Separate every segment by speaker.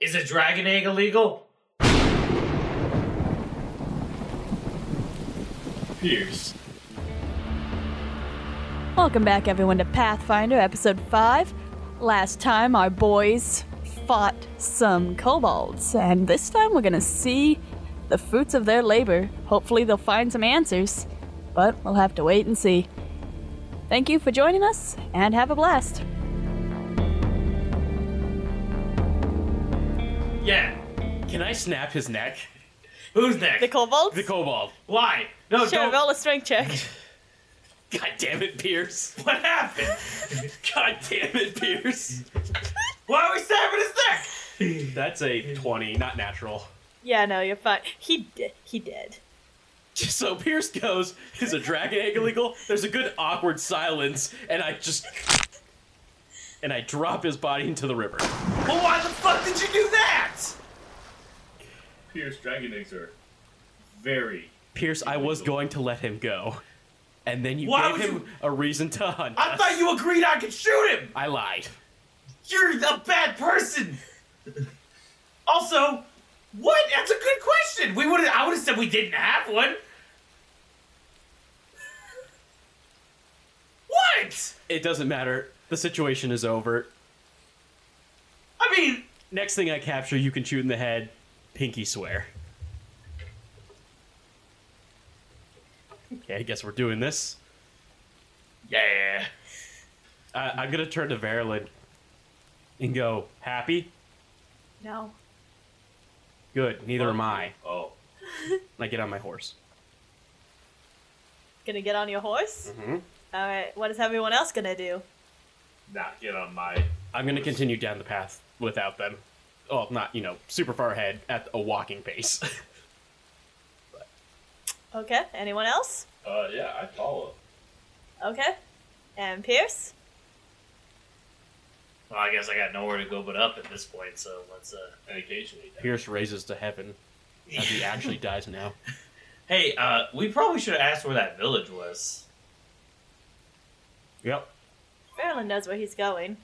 Speaker 1: Is a dragon egg illegal?
Speaker 2: Pierce.
Speaker 3: Welcome back, everyone, to Pathfinder Episode 5. Last time, our boys fought some kobolds, and this time we're gonna see the fruits of their labor. Hopefully, they'll find some answers, but we'll have to wait and see. Thank you for joining us, and have a blast.
Speaker 1: Yeah.
Speaker 2: Can I snap his neck?
Speaker 1: Who's next?
Speaker 4: The kobolds?
Speaker 2: The kobold.
Speaker 1: Why? No,
Speaker 4: Sure,
Speaker 1: don't.
Speaker 4: roll a strength check.
Speaker 2: God damn it, Pierce.
Speaker 1: What happened?
Speaker 2: God damn it, Pierce.
Speaker 1: Why are we stabbing his neck?
Speaker 2: That's a 20, not natural.
Speaker 4: yeah, no, you're fine. He di- he did.
Speaker 2: So Pierce goes, is a dragon egg illegal? There's a good awkward silence, and I just. And I drop his body into the river.
Speaker 1: Well, why the fuck did you do that?
Speaker 5: Pierce dragon eggs are very.
Speaker 2: Pierce, I was going to let him go. And then you
Speaker 1: Why
Speaker 2: gave
Speaker 1: would
Speaker 2: him
Speaker 1: you-
Speaker 2: a reason to hunt.
Speaker 1: I
Speaker 2: us.
Speaker 1: thought you agreed I could shoot him.
Speaker 2: I lied.
Speaker 1: You're a bad person. Also, what? That's a good question. We would I would have said we didn't have one. What?
Speaker 2: It doesn't matter. The situation is over.
Speaker 1: I mean,
Speaker 2: Next thing I capture, you can shoot in the head. Pinky swear. Okay, I guess we're doing this.
Speaker 1: yeah.
Speaker 2: Uh, I'm gonna turn to Verilyn and go, happy?
Speaker 4: No.
Speaker 2: Good, neither am I.
Speaker 5: Oh,
Speaker 2: And I get on my horse.
Speaker 4: Gonna get on your horse?
Speaker 2: Mhm.
Speaker 4: Alright, what is everyone else gonna do?
Speaker 5: not get on my.
Speaker 2: I'm gonna continue down the path without them. Well, not, you know, super far ahead at a walking pace.
Speaker 4: Okay, anyone else?
Speaker 5: Uh, yeah, I follow.
Speaker 4: Okay. And Pierce?
Speaker 1: Well, I guess I got nowhere to go but up at this point, so let's uh
Speaker 5: And occasionally. down.
Speaker 2: Pierce raises to heaven as he actually dies now.
Speaker 1: Hey, uh, we probably should have asked where that village was.
Speaker 2: Yep.
Speaker 4: Marilyn knows where he's going.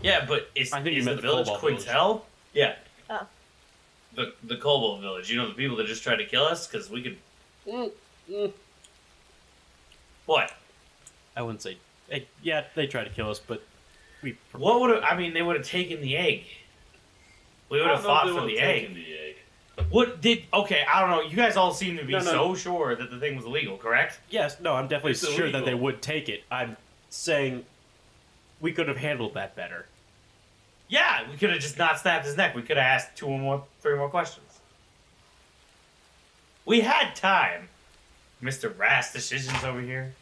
Speaker 1: Yeah, but is,
Speaker 2: I think you
Speaker 1: is the
Speaker 2: meant the
Speaker 1: village
Speaker 2: Cobalt
Speaker 1: Quintel?
Speaker 2: Village.
Speaker 1: Yeah.
Speaker 4: Oh.
Speaker 1: The the Cobalt village. You know the people that just tried to kill us because we could.
Speaker 5: Mm,
Speaker 1: What?
Speaker 2: I wouldn't say. eh, yeah, they tried to kill us, but we.
Speaker 1: What would I mean? They would have taken the egg. We would
Speaker 5: I
Speaker 1: have
Speaker 5: don't know if
Speaker 1: fought
Speaker 5: they
Speaker 1: for
Speaker 5: would've
Speaker 1: the
Speaker 5: taken
Speaker 1: egg.
Speaker 5: The egg.
Speaker 1: What did? Okay, I don't know. You guys all seem to be
Speaker 2: No, no.
Speaker 1: so sure that the thing was illegal, correct?
Speaker 2: Yes, no, I'm definitely
Speaker 5: It's
Speaker 2: sure that they
Speaker 5: illegal.
Speaker 2: would take it. I'm saying we could have handled that better.
Speaker 1: Yeah, we could have just not snapped his neck. We could have asked two or more, three more questions. We had time. Mr. Rass decisions over here.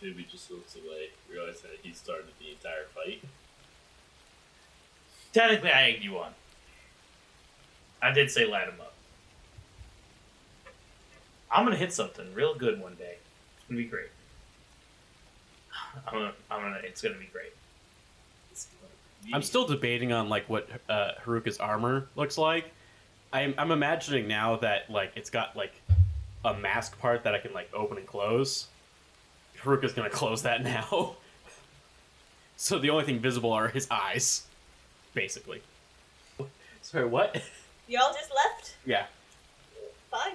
Speaker 5: Dude, he just looks away, realize that he started the entire fight.
Speaker 1: Technically, I egged you on. I did say light him up. I'm gonna hit something real good one day. It's gonna be great. I'm gonna, I'm gonna, it's gonna be great.
Speaker 2: I'm still debating on like what uh, Haruka's armor looks like. I'm, I'm imagining now that like it's got like a mask part that I can like open and close. Haruka's gonna close that now. so the only thing visible are his eyes, basically. Sorry, what?
Speaker 4: Y'all just left?
Speaker 2: yeah.
Speaker 4: Fine.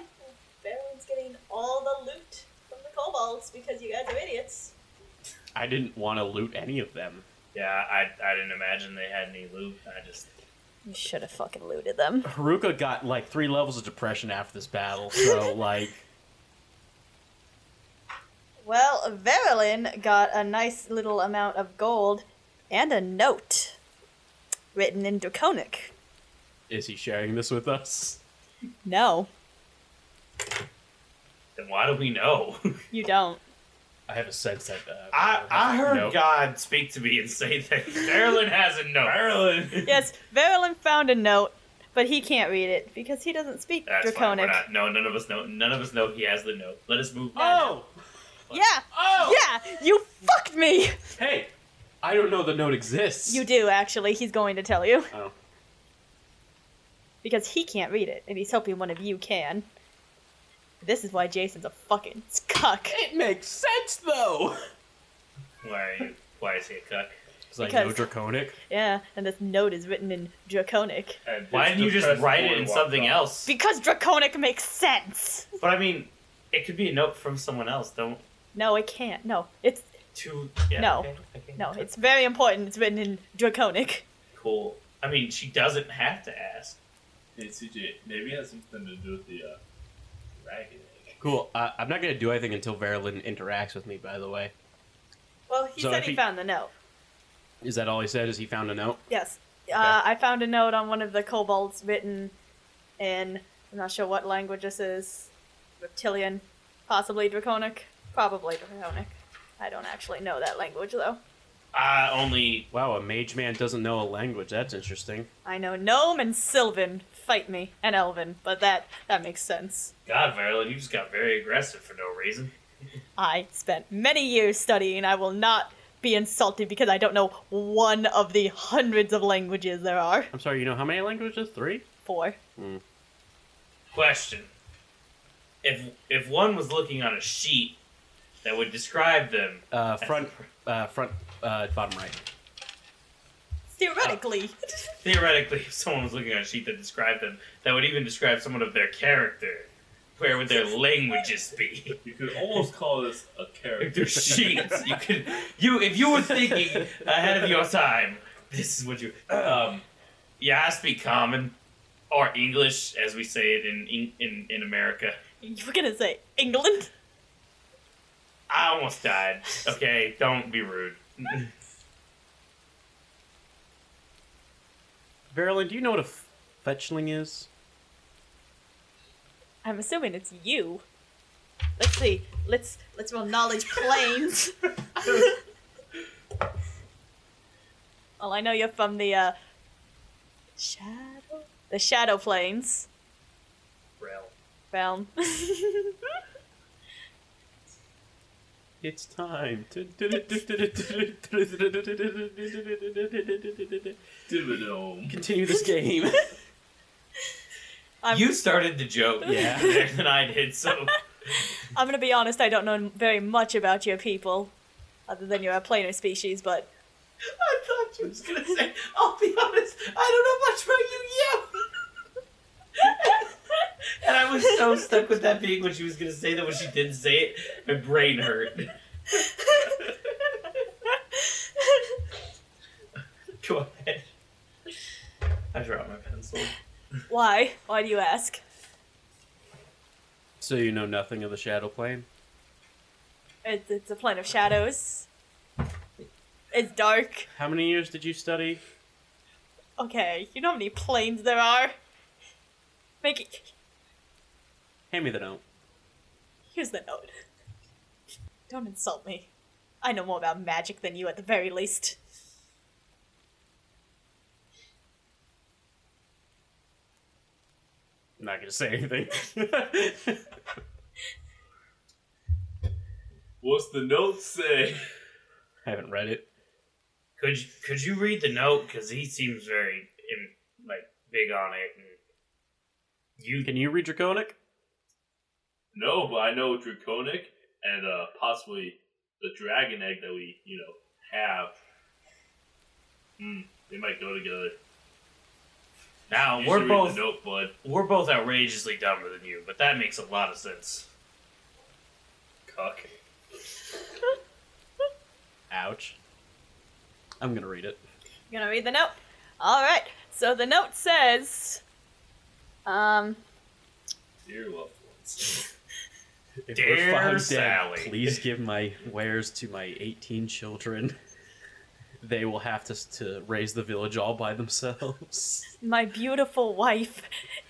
Speaker 4: Marilyn's getting all the loot from the kobolds because you guys are idiots.
Speaker 2: I didn't want to loot any of them.
Speaker 1: Yeah, I, I didn't imagine they had any loot. I just,
Speaker 4: You should have fucking looted them.
Speaker 2: Haruka got like three levels of depression after this battle, so like
Speaker 4: Well, Verilyn got a nice little amount of gold and a note written in Draconic.
Speaker 2: is he sharing this with us?
Speaker 4: No,
Speaker 1: then why do we know?
Speaker 4: you don't.
Speaker 2: I have a sense that uh,
Speaker 1: I, I heard
Speaker 2: Nope.
Speaker 1: God speak to me and say that Marilyn has a note. Marilyn.
Speaker 4: Yes, Verilyn found a note, but he can't read it because he doesn't speak
Speaker 1: That's fine. We're
Speaker 4: Draconic.
Speaker 1: not, no, none of us know. None of us know he has the note. Let us move.
Speaker 2: Oh,
Speaker 4: Yeah,
Speaker 2: oh,
Speaker 4: yeah, you fucked me.
Speaker 2: Hey, I don't know the note exists.
Speaker 4: You do actually. He's going to tell you
Speaker 2: Oh,
Speaker 4: because he can't read it, and he's hoping one of you can. This is why Jason's a fucking cuck.
Speaker 2: it makes sense though.
Speaker 1: Why are you? Why is he a cuck?
Speaker 2: It's like no
Speaker 4: Because-
Speaker 2: draconic.
Speaker 4: Yeah, and this note is written in Draconic.
Speaker 5: And his
Speaker 1: Why didn't you just
Speaker 5: depressed
Speaker 1: write it
Speaker 5: boy
Speaker 1: in
Speaker 5: walked
Speaker 1: something
Speaker 5: off.
Speaker 1: else?
Speaker 4: Because Draconic makes sense!
Speaker 1: But I mean, it could be a note from someone else. Don't
Speaker 4: No, it can't. No, it's.
Speaker 1: too. Yeah,
Speaker 4: No.
Speaker 1: okay, okay.
Speaker 4: No, it's very important. It's written in Draconic.
Speaker 1: cool. I mean, she doesn't have to ask.
Speaker 5: Hey CJ, maybe it has something to do with the uh, dragon egg.
Speaker 2: Cool. Uh, I'm not gonna do anything until Verilyn interacts with me. By the way,
Speaker 4: Well, he
Speaker 2: So
Speaker 4: said
Speaker 2: if
Speaker 4: he
Speaker 2: he-
Speaker 4: found the note.
Speaker 2: is that all he said? Is he found a note?
Speaker 4: Yes. Uh, I found a note on one of the kobolds written in, I'm not sure what language this is. Reptilian. Possibly Draconic. Probably Draconic. I don't actually know that language, though.
Speaker 1: I only.
Speaker 2: Wow, a mage man doesn't know a language. That's interesting.
Speaker 4: I know Gnome and Sylvan fight me, and Elven, but that that makes sense.
Speaker 1: God, Marilyn, you just got very aggressive for no reason.
Speaker 4: I spent many years studying. I will not be insulted because I don't know one of the hundreds of languages there are.
Speaker 2: I'm sorry. You know how many languages? Three.
Speaker 4: Four.
Speaker 1: Question: If if one was looking on a sheet that would describe them,
Speaker 2: Uh, front, uh, front, uh, bottom right.
Speaker 4: Theoretically.
Speaker 1: theoretically, if someone was looking on a sheet that described them, that would even describe someone of their character, where would their languages be?
Speaker 5: You could almost call this a
Speaker 1: Like
Speaker 5: character.
Speaker 1: they're sheets. You could you if you were thinking ahead of your time, this is what you um yeah, I speak common or English as we say it in Eng- in in America.
Speaker 4: you were gonna say England?
Speaker 1: I almost died. Okay, don't be rude.
Speaker 2: Verilyn, do you know what a f- fetchling is?
Speaker 4: I'm assuming it's you. Let's see. Let's let's roll knowledge planes. well, I know you're from the uh, shadow, the shadow planes
Speaker 1: Rel.
Speaker 4: realm.
Speaker 2: It's time to.
Speaker 5: Dividome.
Speaker 2: Continue this game.
Speaker 4: I'm,
Speaker 1: You started the joke
Speaker 2: Yeah.
Speaker 1: better than I did, so
Speaker 4: I'm gonna be honest. I don't know very much about your people, other than you're a planar species. But
Speaker 1: I thought you was gonna say, I'll be honest, I don't know much about you, yeah. and I was so stuck with that being what she was gonna say that when she didn't say it, my brain hurt. Go ahead. I dropped my pencil.
Speaker 4: why? Why do you ask?
Speaker 2: so you know nothing of the shadow plane?
Speaker 4: It's, it's a plane of shadows. It's dark.
Speaker 2: How many years did you study?
Speaker 4: Okay, you know how many planes there are? Make it.
Speaker 2: Hand me the note.
Speaker 4: Here's the note. Don't insult me. I know more about magic than you at the very least.
Speaker 2: I'm not gonna say anything.
Speaker 5: What's the note say?
Speaker 2: I haven't read it.
Speaker 1: Could you, could you read the note? Because he seems very in, like big on it. And you
Speaker 2: Can you read Draconic?
Speaker 5: No, but I know draconic and uh, possibly the dragon egg that we, you know, have. Hmm, they might go together.
Speaker 1: now
Speaker 5: You
Speaker 1: we're
Speaker 5: should read
Speaker 1: both
Speaker 5: the note, bud.
Speaker 1: we're both outrageously dumber than you, but that makes a lot of sense.
Speaker 5: Cuck.
Speaker 2: Ouch. I'm gonna read it.
Speaker 4: You gonna read the note? Alright, so the note says. Um,
Speaker 5: Dear loved ones.
Speaker 2: If
Speaker 1: Dear
Speaker 2: we're found
Speaker 1: Sally.
Speaker 2: dead, please give my wares to my 18 children. They will have to to raise the village all by themselves.
Speaker 4: my beautiful wife,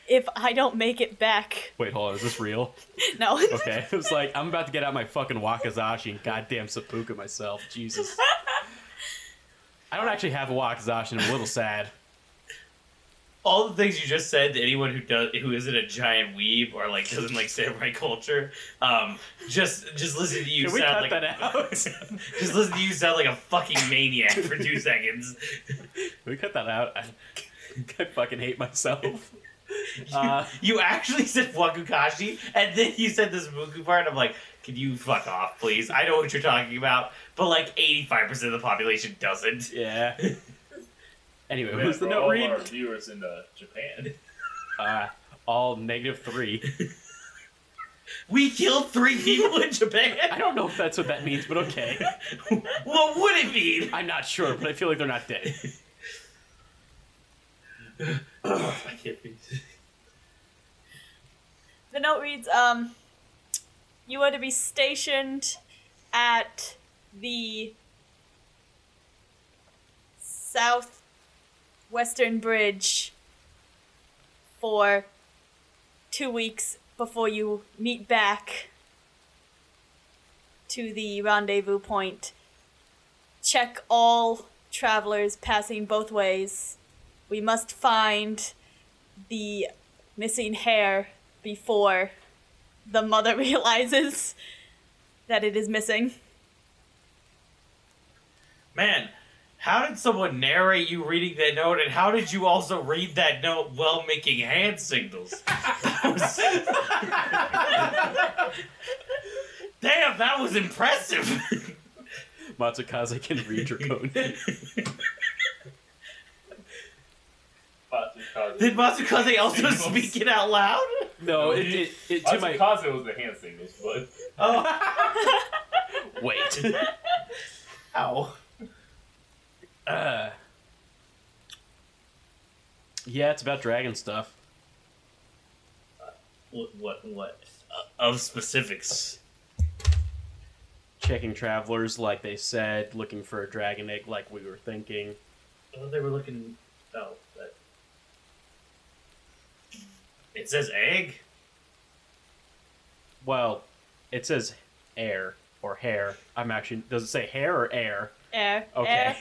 Speaker 4: if I don't make it back.
Speaker 2: Wait, hold on. Is this real?
Speaker 4: No.
Speaker 2: Okay. It was like, I'm about to get out my fucking wakizashi and goddamn seppuku myself. Jesus. I don't actually have a wakizashi and I'm a little sad.
Speaker 1: all the things you just said to anyone who does who isn't a giant weeb or like doesn't like samurai culture, um, just just listen to you
Speaker 2: Can we cut
Speaker 1: sound like
Speaker 2: that out? Can
Speaker 1: just listen to you sound like a fucking maniac for two seconds.
Speaker 2: we cut that out? I, I fucking hate myself. Uh,
Speaker 1: You actually said Wakukashi, and then you said this Muku part. and I'm like, can you fuck off, please? I know what you're talking about, but like 85% of the population doesn't.
Speaker 2: yeah. Anyway, what
Speaker 5: Man,
Speaker 2: was the
Speaker 5: for
Speaker 2: note
Speaker 5: all
Speaker 2: read?
Speaker 5: our viewers in uh, Japan.
Speaker 2: Uh, all negative three.
Speaker 1: We killed three people in
Speaker 2: I
Speaker 1: Japan.
Speaker 2: don't know if that's what that means, but okay.
Speaker 1: What would it mean?
Speaker 2: I'm not sure, but I feel like they're not dead.
Speaker 1: I can't read.
Speaker 4: The note reads, um, you are to be stationed at the southwestern bridge for two weeks before you meet back to the rendezvous point. Check all travelers passing both ways. We must find the missing hair before the mother realizes that it is missing.
Speaker 1: Man, how did someone narrate you reading that note, and how did you also read that note while making hand signals? That was- Damn, that was impressive.
Speaker 2: Matsukaze can read your code.
Speaker 5: Matsukaze.
Speaker 1: Did Matsukaze also
Speaker 5: Signals.
Speaker 1: speak it out loud?
Speaker 2: No, it, it, it to my
Speaker 5: Matsukaze was the hand signals, but
Speaker 1: Oh,
Speaker 2: wait.
Speaker 1: ow.
Speaker 2: Uh, yeah, it's about dragon stuff.
Speaker 1: What, what, what? Uh, of specifics.
Speaker 2: Checking travelers, like they said, looking for a dragon egg, like we were thinking.
Speaker 1: Oh, they were looking. Oh, that. It says egg?
Speaker 2: Well, it says air or hair. I'm actually does it say hair or air?
Speaker 4: Air.
Speaker 2: Okay,
Speaker 4: Air.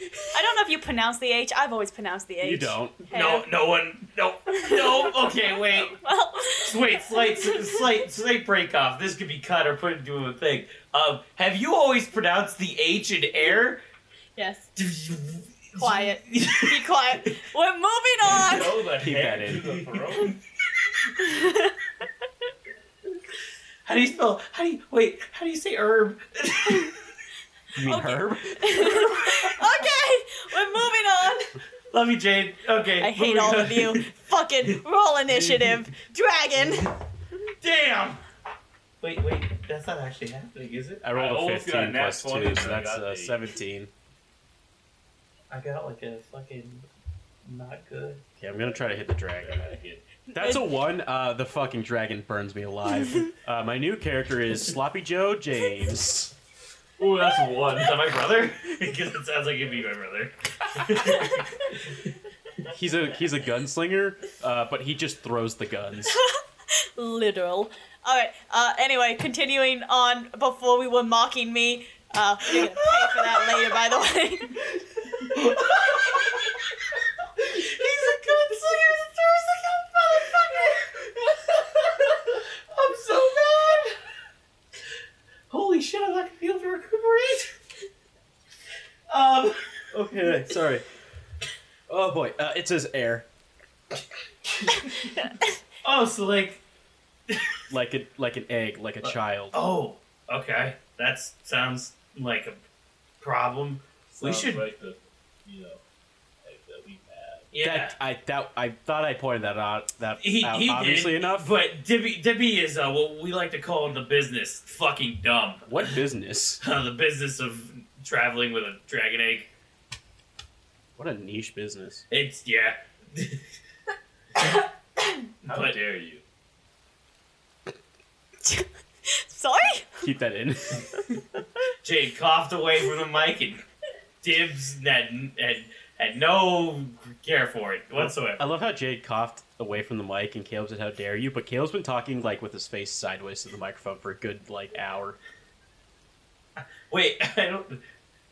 Speaker 4: I don't know if you pronounce the H. I've always pronounced the H.
Speaker 2: you don't.
Speaker 4: Hair.
Speaker 1: No, no one. No, no. Okay, wait.
Speaker 4: Well,
Speaker 1: Wait, slight, slight, slight break off. This could be cut or put into a thing. Um, have you always pronounced the H in air?
Speaker 4: yes. Quiet. Be quiet. We're moving on.
Speaker 5: throw the
Speaker 2: Keep
Speaker 5: hand
Speaker 2: that in.
Speaker 5: to the throat.
Speaker 1: How do you spell? How do you wait? How do you say herb?
Speaker 2: You mean
Speaker 4: Okay.
Speaker 2: herb?
Speaker 4: okay, we're moving on.
Speaker 1: Love you, Jade. Okay.
Speaker 4: I hate all of you. Fucking roll initiative, dragon.
Speaker 1: Damn. Wait, wait. That's not actually happening, is it?
Speaker 2: I rolled a
Speaker 5: almost got a
Speaker 2: 15
Speaker 5: nat
Speaker 2: plus
Speaker 5: 20,
Speaker 2: two,
Speaker 5: but
Speaker 2: so
Speaker 5: I
Speaker 2: that's
Speaker 5: got
Speaker 2: uh,
Speaker 5: the-
Speaker 2: 17.
Speaker 1: I got like a fucking not good.
Speaker 2: Okay, I'm gonna try to hit the dragon.
Speaker 5: Back in.
Speaker 2: That's a one. Uh, the fucking dragon burns me alive. Uh, my new character is Sloppy Joe James.
Speaker 5: Ooh, that's a one.
Speaker 1: Is that my brother? Because it sounds like it'd be my brother.
Speaker 2: He's a he's a gunslinger, uh, but he just throws the guns.
Speaker 4: Literal. All right. Uh, anyway, continuing on. Before we were mocking me. Uh, you're gonna pay for that later, by the way.
Speaker 1: He's a good singer. He's a good motherfucker. I'm so mad. Holy shit! I'm not gonna be able to recuperate. Um.
Speaker 2: Okay, sorry. Oh boy, uh, it says air.
Speaker 1: Oh, so like.
Speaker 2: like a like an egg, like a child.
Speaker 1: Oh. Okay. That sounds like a problem. We
Speaker 5: Sounds
Speaker 1: should-
Speaker 5: like the, you know, like that we mad.
Speaker 1: Yeah.
Speaker 2: That I that I thought I pointed that out that
Speaker 1: he,
Speaker 2: out
Speaker 1: he
Speaker 2: obviously
Speaker 1: did,
Speaker 2: enough.
Speaker 1: But Dibby, Dibby is uh, what we like to call in the business fucking dumb.
Speaker 2: What business?
Speaker 1: the business of traveling with a dragon egg.
Speaker 2: What a niche business.
Speaker 1: It's yeah.
Speaker 5: How
Speaker 1: But-
Speaker 5: dare you?
Speaker 4: Sorry.
Speaker 2: Keep that in.
Speaker 1: Jade coughed away from the mic and dibs had, had, had no care for it whatsoever.
Speaker 2: I love how Jade coughed away from the mic and Caleb said, "How dare you?" But Caleb's been talking like with his face sideways to the microphone for a good like hour.
Speaker 1: Wait, I don't.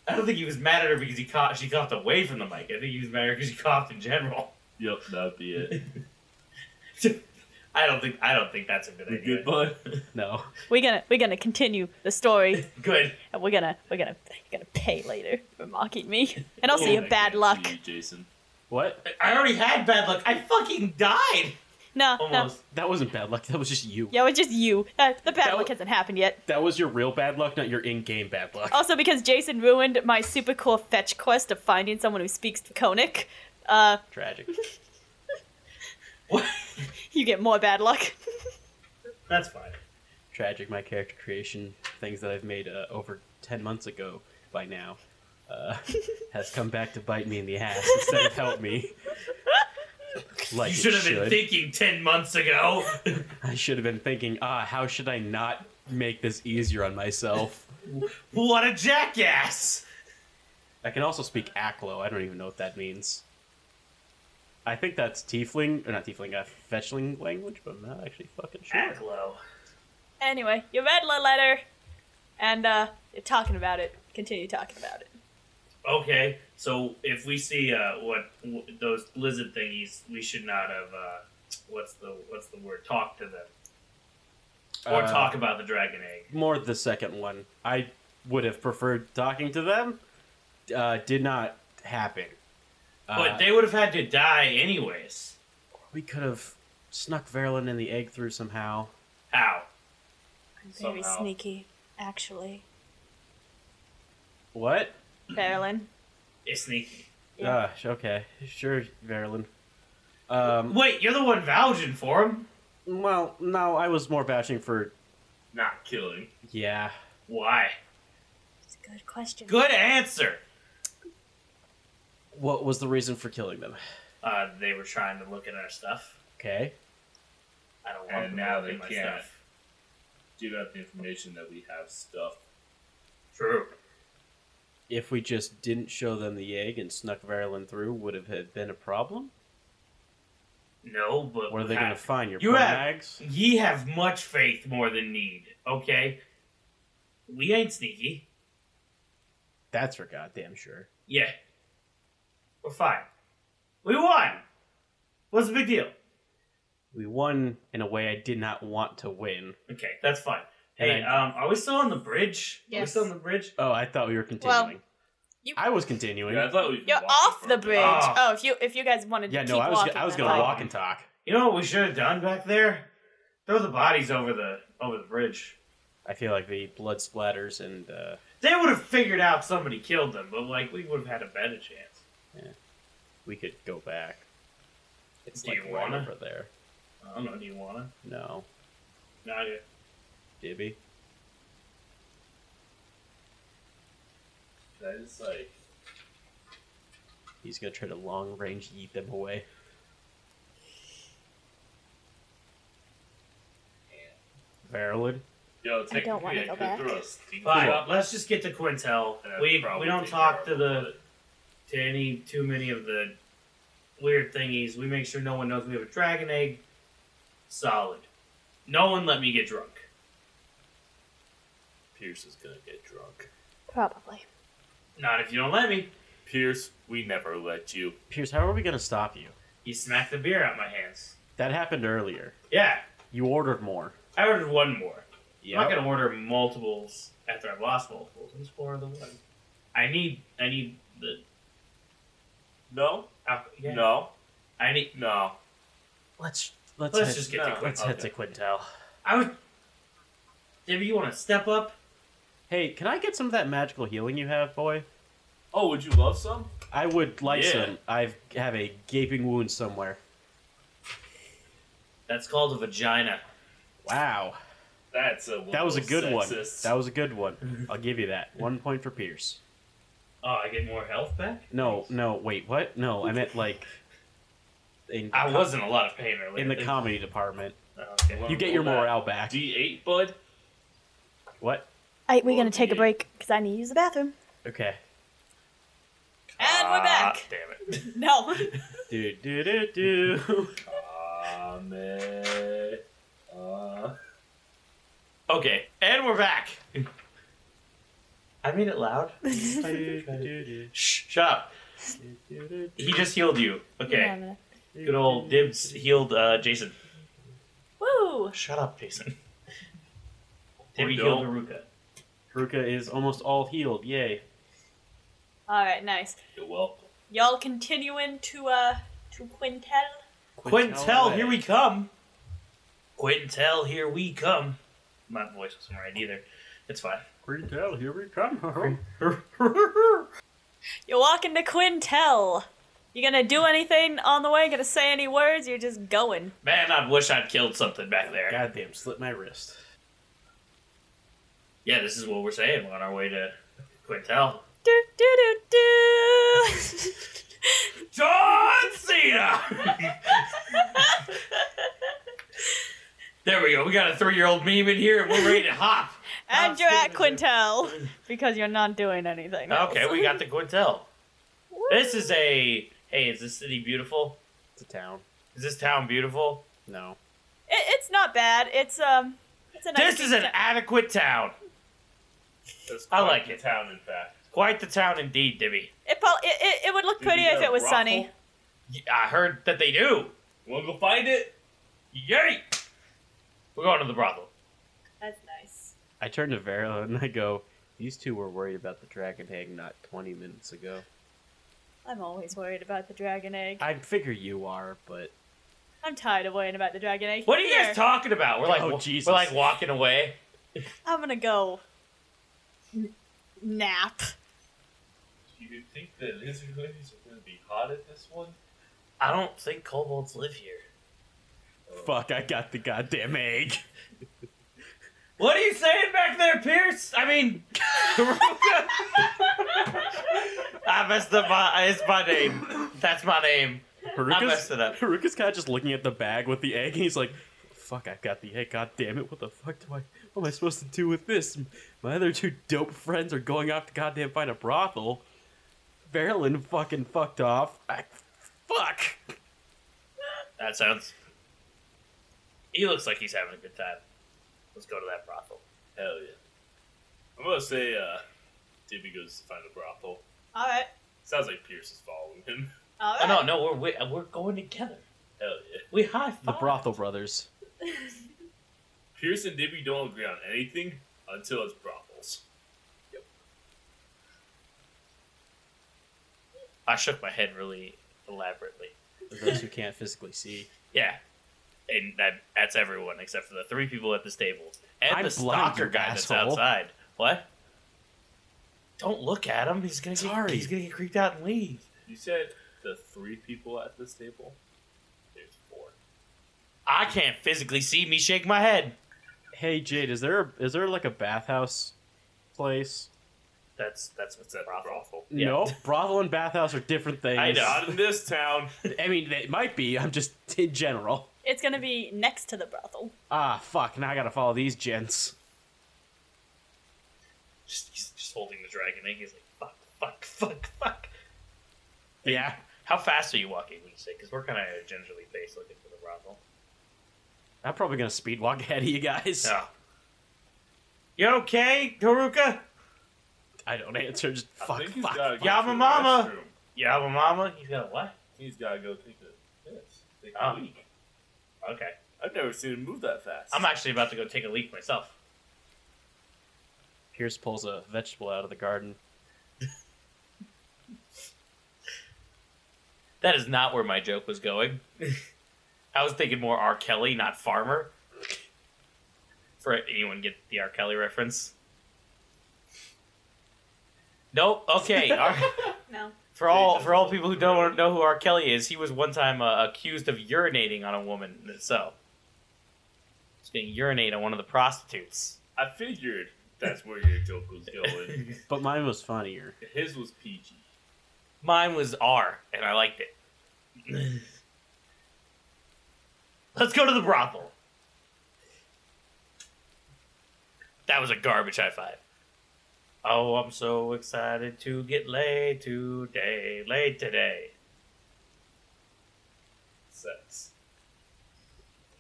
Speaker 1: I don't think he was mad at her because he cough, she coughed away from the mic. I think he was mad at her because she coughed in general.
Speaker 5: Yep, that'd be it.
Speaker 1: I don't think I don't think that's a good
Speaker 5: We
Speaker 1: idea.
Speaker 5: good, bud?
Speaker 2: No,
Speaker 4: We're gonna we're gonna continue the story,
Speaker 1: Good.
Speaker 4: and we're gonna we're gonna you're gonna pay later for mocking me, and also
Speaker 5: Oh,
Speaker 4: your
Speaker 5: I
Speaker 4: bad
Speaker 5: guarantee
Speaker 4: luck.
Speaker 5: you, Jason.
Speaker 2: What?
Speaker 1: I already had bad luck. I fucking died.
Speaker 4: No,
Speaker 1: Almost.
Speaker 2: That wasn't bad luck. That was just you.
Speaker 4: no. Yeah, it's just you. That, the bad
Speaker 2: That
Speaker 4: luck
Speaker 2: w-
Speaker 4: hasn't happened yet.
Speaker 2: That was your real bad luck, not your in-game bad luck.
Speaker 4: Also, because Jason ruined my super cool fetch quest of finding someone who speaks Draconic, uh,
Speaker 2: Tragic.
Speaker 1: What?
Speaker 4: you get more bad luck.
Speaker 1: That's fine.
Speaker 2: Tragic. My character creation, things that I've made uh, over ten months ago by now, uh, has come back to bite me in the ass instead of help me. Like
Speaker 1: you
Speaker 2: it
Speaker 1: should have been thinking ten months ago.
Speaker 2: I should have been thinking, ah, how should I not make this easier on myself?
Speaker 1: what a jackass!
Speaker 2: I can also speak Aklo. I don't even know what that means. I think that's Tiefling, or not Tiefling, uh, Fetchling language, but I'm not actually fucking sure.
Speaker 1: Aglo.
Speaker 4: anyway, you read the letter, and uh, you're talking about it. Continue talking about it.
Speaker 1: Okay, so if we see uh, what w- those lizard thingies, we should not have. Uh, what's the what's the word? Talk to them or
Speaker 2: Uh,
Speaker 1: talk about the dragon egg.
Speaker 2: More the second one. I would have preferred talking to them. Uh, did not happen. Uh,
Speaker 1: but they would have had to die anyways.
Speaker 2: we could have snuck Verlin and the egg through somehow.
Speaker 1: How?
Speaker 4: I'm
Speaker 1: very Somehow.
Speaker 4: sneaky, actually.
Speaker 2: What?
Speaker 4: Farrelin.
Speaker 1: It's sneaky.
Speaker 4: Yeah.
Speaker 2: Gosh, okay. Sure, Verlin. Um,
Speaker 1: Wait, you're the one vouching for him.
Speaker 2: well, no, I was more vouching for.
Speaker 5: Not killing.
Speaker 2: Yeah.
Speaker 1: Why?
Speaker 4: It's a good question.
Speaker 1: Good answer.
Speaker 2: What was the reason for killing them?
Speaker 1: Uh, they were trying to look at our stuff.
Speaker 2: Okay.
Speaker 1: I don't want
Speaker 5: And
Speaker 1: them
Speaker 5: now
Speaker 1: to
Speaker 5: they
Speaker 1: look at my
Speaker 5: can't.
Speaker 1: stuff.
Speaker 5: Give out the information that we have stuff.
Speaker 1: True.
Speaker 2: if we just didn't show them the egg and snuck Verlin through, would have had been a problem?
Speaker 1: No, but
Speaker 2: What are they
Speaker 1: I-
Speaker 2: going to find? Your
Speaker 1: You
Speaker 2: bum
Speaker 1: have-
Speaker 2: bags?
Speaker 1: Ye have much faith more than need. Okay, we ain't sneaky.
Speaker 2: That's for goddamn sure.
Speaker 1: Yeah, we're fine. We won. What's the big deal?
Speaker 2: We won in a way I did not want to win.
Speaker 1: Okay, that's fine.
Speaker 2: And
Speaker 1: Hey, um, are we still on the bridge? Are we
Speaker 4: Yes.
Speaker 1: still on the bridge?
Speaker 2: Oh, I thought we were continuing.
Speaker 4: you-
Speaker 2: I was continuing.
Speaker 5: Yeah, I
Speaker 2: Yeah,
Speaker 5: thought we
Speaker 4: You're
Speaker 5: walked
Speaker 4: off
Speaker 5: for
Speaker 4: the
Speaker 5: a bit.
Speaker 4: bridge.
Speaker 1: Ah.
Speaker 4: Oh, if you if you guys wanted to keep
Speaker 2: no, I was
Speaker 4: walking,
Speaker 2: I was
Speaker 4: that's
Speaker 2: going to
Speaker 4: fine.
Speaker 2: walk and talk.
Speaker 1: You know what we should have done back there? Throw the bodies over the over the bridge.
Speaker 2: I feel like the blood splatters and uh,
Speaker 1: They would have figured out somebody killed them, but like we would have had a better chance.
Speaker 2: we could go back. It's
Speaker 1: Do
Speaker 2: like
Speaker 1: you
Speaker 2: right
Speaker 1: wanna?
Speaker 2: over there.
Speaker 1: I don't know. Do you wanna?
Speaker 2: No,
Speaker 1: Not yet.
Speaker 2: Dibby.
Speaker 5: Can I just like
Speaker 2: He's going to try to long range yeet them away. Verlin.
Speaker 5: Yo, technically, I,
Speaker 4: don't wanna go
Speaker 5: could
Speaker 4: back.
Speaker 5: throw a stink
Speaker 1: Fine.
Speaker 5: bomb.
Speaker 1: Let's just get to Quintel.
Speaker 5: That'd
Speaker 1: We we
Speaker 5: probably
Speaker 1: don't
Speaker 5: be
Speaker 1: talk to
Speaker 5: horrible,
Speaker 1: the to any too many of the weird thingies. We make sure no one knows we have a dragon egg. Solid. No one let me get drunk.
Speaker 5: Pierce is gonna get drunk.
Speaker 4: Probably.
Speaker 1: Not if you don't let me.
Speaker 5: Pierce, we never let you.
Speaker 2: Pierce, how are we going to stop you?
Speaker 1: You smack the beer out my hands.
Speaker 2: That happened earlier.
Speaker 1: Yeah,
Speaker 2: You ordered more.
Speaker 1: I ordered one more. I'm not
Speaker 2: Yep.
Speaker 1: gonna order multiples after I've lost multiples. I'm just order the one. I need I need the
Speaker 5: No,
Speaker 1: alco- yeah.
Speaker 5: no,
Speaker 1: I need.
Speaker 5: no.
Speaker 2: Let's let's,
Speaker 1: Let's
Speaker 2: head,
Speaker 1: just get
Speaker 5: no.
Speaker 1: to Quintel.
Speaker 2: let's head to Quintel.
Speaker 1: I would. Debbie, you want to step up?
Speaker 2: Hey, can I get some of that magical healing you have, boy?
Speaker 5: Oh, would you love some?
Speaker 2: I would like
Speaker 5: Yeah.
Speaker 2: some. I have a gaping wound somewhere.
Speaker 1: That's called a vagina.
Speaker 2: Wow,
Speaker 5: That's a.
Speaker 2: that was a
Speaker 5: little
Speaker 2: good one.
Speaker 5: sexist.
Speaker 2: That was a good one. I'll give you that. One point for Pierce.
Speaker 1: Oh, I get more health back?
Speaker 2: No, no, wait, what? No, I meant like in
Speaker 1: I was in a lot of pain earlier.
Speaker 2: in the comedy department.
Speaker 1: Oh, okay.
Speaker 2: You get your
Speaker 5: Roll that
Speaker 2: morale back.
Speaker 5: D8, bud.
Speaker 2: What?
Speaker 4: Hey, we're gonna
Speaker 5: Okay.
Speaker 4: take a break because I need to use the bathroom.
Speaker 2: Okay.
Speaker 4: And we're back.
Speaker 1: Ah, Damn it.
Speaker 4: No.
Speaker 2: Do do do do.
Speaker 5: Ah, man. Uh,
Speaker 1: Okay, and we're back. I mean it loud.
Speaker 2: Do, do, do,
Speaker 1: Shh, shut up.
Speaker 2: do, do.
Speaker 1: He just healed you. Okay.
Speaker 4: Okay.
Speaker 1: Good old Dibs healed uh, Jason.
Speaker 4: Woo!
Speaker 1: Shut up, Jason.
Speaker 5: Or
Speaker 1: Debbie healed
Speaker 5: don't.
Speaker 1: Haruka.
Speaker 2: Ruka is almost all healed. Yay.
Speaker 4: All right, nice.
Speaker 5: you're welcome.
Speaker 4: Y'all continuing to uh to Quintel?
Speaker 1: Quintel, here we come. Quintel, here we come. My voice wasn't right either. It's fine.
Speaker 2: Quintel, here we come.
Speaker 4: You're walking to Quintel. You gonna do anything on the way? Gonna say any words? You're just going.
Speaker 1: Man, I wish I'd killed something back there.
Speaker 2: Goddamn, slit my wrist.
Speaker 1: Yeah, this is what we're saying. We're on our way to Quintel.
Speaker 4: Do do do do.
Speaker 1: John Cena! there we go. We got a three year old meme in here and we're ready to hop.
Speaker 4: and you're at Quintel because you're not doing anything. else.
Speaker 1: Okay, we got the Quintel. This is a. Hey, is this city beautiful?
Speaker 2: It's a town.
Speaker 1: Is this town beautiful?
Speaker 2: No.
Speaker 4: It, it's not bad. It's um. It's a nice
Speaker 1: This is an
Speaker 4: decent-
Speaker 1: adequate town.
Speaker 5: That's
Speaker 1: I
Speaker 5: quite
Speaker 1: like
Speaker 5: the
Speaker 1: it.
Speaker 5: Town, in fact.
Speaker 1: Quite the town indeed, Dibby.
Speaker 4: It, prob- it, it, it would look
Speaker 5: Did we
Speaker 4: pretty
Speaker 5: get
Speaker 4: if
Speaker 5: a
Speaker 4: it was
Speaker 5: ruffle?
Speaker 4: sunny.
Speaker 1: I heard that they do.
Speaker 5: Wanna go find it?
Speaker 1: Yay! We're going to the brothel.
Speaker 4: That's nice.
Speaker 2: I turn to Vero and I go, these two were worried about the dragon egg not 20 minutes ago.
Speaker 4: I'm always worried about the dragon egg.
Speaker 2: I figure you are, but
Speaker 4: I'm tired of worrying about the dragon egg.
Speaker 1: What are you
Speaker 4: Here,
Speaker 1: guys talking about? We're like,
Speaker 2: Oh,
Speaker 1: wa-
Speaker 2: Jesus.
Speaker 1: we're like walking away.
Speaker 4: I'm gonna go n- nap.
Speaker 5: Do you think the lizard ladies are gonna be hot at this one?
Speaker 1: I don't think kobolds live here.
Speaker 2: fuck, I got the goddamn egg.
Speaker 1: What are you saying back there, Pierce? I mean, I messed up my. It's my name. That's my name. I messed it up.
Speaker 2: Haruka's kind of just looking at the bag with the egg and he's like, fuck, I've got the egg, goddamn it. What the fuck do I, what am I supposed to do with this? My other two dope friends are going off to goddamn find a brothel. Verlin fucking fucked off. I, fuck.
Speaker 1: That sounds. He looks like he's having a good time. Let's go to that brothel.
Speaker 5: Hell yeah. I'm gonna say, uh, Dibby goes to find a brothel.
Speaker 4: All right.
Speaker 5: Sounds like Pierce is following him.
Speaker 4: All
Speaker 1: Oh,
Speaker 4: right.
Speaker 1: no, no, we're we- we're going together.
Speaker 5: Hell yeah.
Speaker 1: We high five.
Speaker 2: The brothel brothers.
Speaker 5: Pierce and Dibby don't agree on anything until it's brothels.
Speaker 1: I shook my head really elaborately.
Speaker 2: For those who can't physically see.
Speaker 1: Yeah, and that that's everyone except for the three people at this table and
Speaker 2: I'm
Speaker 1: the
Speaker 2: blind,
Speaker 1: stalker
Speaker 2: you
Speaker 1: guy that's
Speaker 2: asshole.
Speaker 1: outside. What? Don't look at him. He's gonna
Speaker 2: Sorry.
Speaker 1: get he's gonna get creeped out and leave.
Speaker 5: You said the three people at this table? There's four.
Speaker 1: I can't physically see me shake my head.
Speaker 2: Hey Jade, is there is there like a bathhouse place?
Speaker 1: That's that's what's that brothel. Yeah.
Speaker 2: No, brothel and bathhouse are different things.
Speaker 1: I know.
Speaker 5: Not in this town.
Speaker 2: I mean, it might be. I'm just in general.
Speaker 4: It's gonna be next to the brothel.
Speaker 2: Ah, fuck. Now I gotta follow these gents.
Speaker 1: Just he's just holding the dragon egg. He's like fuck, fuck, fuck, fuck.
Speaker 2: Yeah.
Speaker 1: How fast are you walking? Would you say? Because we're kind of gingerly paced looking for the brothel.
Speaker 2: I'm probably gonna speed walk ahead of you guys.
Speaker 1: No. Oh. You okay, Karuka?
Speaker 2: I don't answer. Just fuck,
Speaker 5: I think he's
Speaker 2: fuck.
Speaker 5: gotta go
Speaker 1: Yama
Speaker 5: to the
Speaker 1: mama.
Speaker 5: restroom.
Speaker 1: Yeah, well, Mama. You got what?
Speaker 5: He's gotta go take a piss. Take a
Speaker 1: Oh.
Speaker 5: leak.
Speaker 1: Okay.
Speaker 5: I've never seen him move that fast.
Speaker 1: I'm actually about to go take a leak myself.
Speaker 2: Pierce pulls a vegetable out of the garden.
Speaker 1: That is not where my joke was going. I was thinking more R. Kelly, not Farmer. For anyone get the R. Kelly reference? Nope. Okay. R-
Speaker 4: No.
Speaker 1: for all for all people who don't know who R. Kelly is, he was one time uh, accused of urinating on a woman. So, he's going to urinate on one of the prostitutes.
Speaker 5: I figured that's where your joke was going.
Speaker 2: But mine was funnier.
Speaker 5: His was peachy.
Speaker 1: Mine was R, and I liked it. Let's go to the brothel. That was a garbage high five. Oh, I'm so excited to get laid today, laid today.
Speaker 5: Sex.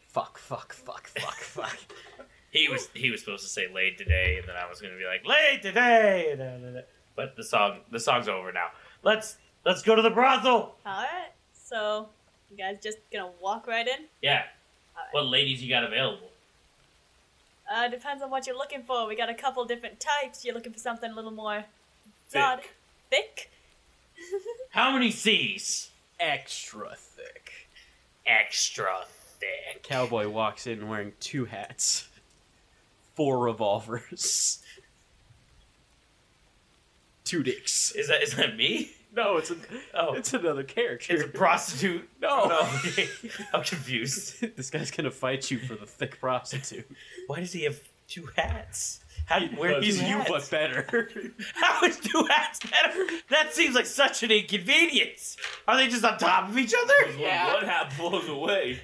Speaker 2: Fuck, fuck, fuck, fuck, fuck.
Speaker 1: He was he was supposed to say laid today, and then I was gonna be like laid today. da, da, da. But the song the song's over now. Let's let's go to the brothel.
Speaker 4: All right. So you guys just gonna walk right in?
Speaker 1: Yeah. What ladies you got available?
Speaker 4: Uh, depends on what you're looking for. We got a couple different types. You're looking for something a little more
Speaker 5: Thick.
Speaker 4: exotic, thick.
Speaker 1: How many C's?
Speaker 2: Extra thick.
Speaker 1: Extra thick.
Speaker 2: Cowboy walks in wearing two hats, four revolvers, two dicks.
Speaker 1: Is that is that me?
Speaker 2: No, it's a,
Speaker 1: Oh, it's,
Speaker 2: it's another character.
Speaker 1: a prostitute.
Speaker 2: no.
Speaker 1: Oh, okay. I'm confused.
Speaker 2: this guy's gonna fight you for the thick prostitute.
Speaker 1: Why does he have two hats? How where
Speaker 2: He's
Speaker 1: he's
Speaker 2: you, but better.
Speaker 1: How is two hats better? That seems like such an inconvenience. Are they just on top of each other?
Speaker 5: When one hat blows away,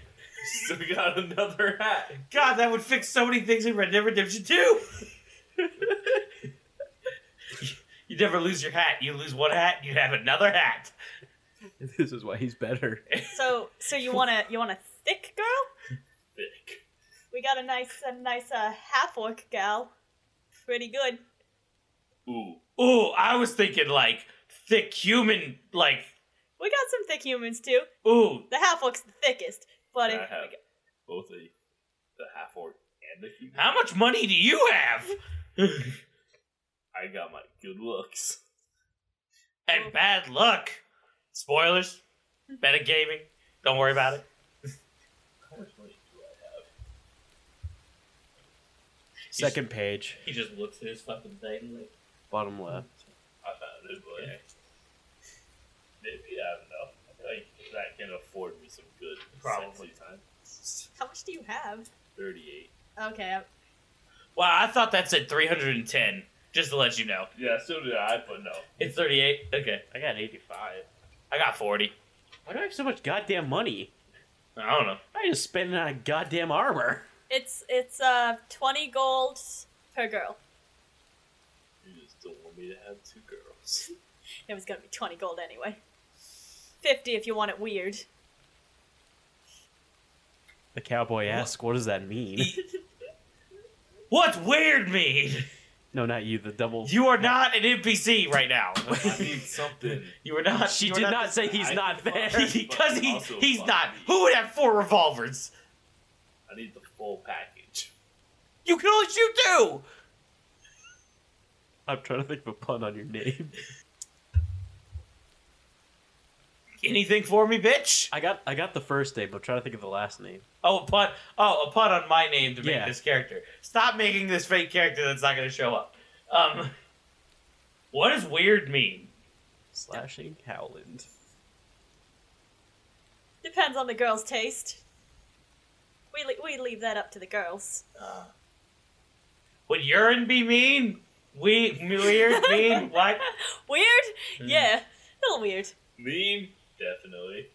Speaker 5: so we got another hat.
Speaker 1: God, that would fix so many things in Red Dead Redemption 2. you never lose your hat. You lose one hat, you have another hat.
Speaker 2: this is why he's better.
Speaker 4: So, so you want a you want a thick girl?
Speaker 5: Thick.
Speaker 4: We got a nice a nice uh, half orc gal, pretty good.
Speaker 5: Ooh.
Speaker 1: Ooh, I was thinking like thick human, like,
Speaker 4: We got some thick humans too.
Speaker 1: ooh,
Speaker 4: The half orc's the thickest, but
Speaker 5: I
Speaker 4: if,
Speaker 5: have both a the half orc and the human.
Speaker 1: how much money do you have?
Speaker 5: I got my good looks.
Speaker 1: And bad luck. Spoilers. Meta gaming. Don't worry about it.
Speaker 5: How much money do I have?
Speaker 2: Second page,
Speaker 1: He just looks at his fucking thing like,
Speaker 2: bottom left.
Speaker 5: I found it, but maybe I don't know. I think that can afford me some good
Speaker 1: Probably.
Speaker 5: sexy time.
Speaker 4: how much do you have?
Speaker 5: Thirty-eight.
Speaker 4: Okay, I'm-
Speaker 1: wow, I thought that said 310, just to let you know.
Speaker 5: Yeah, so did I, but no.
Speaker 1: It's 38. Okay.
Speaker 2: I got 85.
Speaker 1: I got 40.
Speaker 2: Why do I have so much goddamn money?
Speaker 1: I don't know.
Speaker 2: I just spend it on goddamn armor.
Speaker 4: it's it's uh twenty gold per girl.
Speaker 5: You just don't want me to have two girls.
Speaker 4: It was gonna be twenty gold anyway. Fifty if you want it weird.
Speaker 2: The cowboy asks, what does that mean?
Speaker 1: What's weird mean?
Speaker 2: no, not you, the double.
Speaker 1: You are not an NPC right now.
Speaker 5: I need something.
Speaker 1: you are not.
Speaker 2: she
Speaker 1: you are
Speaker 2: did not say he's
Speaker 5: I-
Speaker 2: not there.
Speaker 1: Because he,
Speaker 5: Also
Speaker 1: he's
Speaker 5: fun.
Speaker 1: not. Who would have four revolvers?
Speaker 5: I need the full package.
Speaker 1: You can only shoot two.
Speaker 2: I'm trying to think of a pun on your name.
Speaker 1: Anything for me, bitch?
Speaker 2: I got I got the first name, but I'm trying to think of the last name.
Speaker 1: Oh, a pun. Oh, a pun on my name to make
Speaker 2: Yeah.
Speaker 1: this character. Stop making this fake character that's not going to show up. Um, what does weird mean?
Speaker 2: Slashing Howland.
Speaker 4: Depends on the girl's taste. We le- we leave that up to the girls.
Speaker 1: Uh, Would urine be mean? We weird mean what?
Speaker 4: Weird?
Speaker 5: Hmm.
Speaker 4: Yeah, a little weird.
Speaker 5: Mean? Definitely.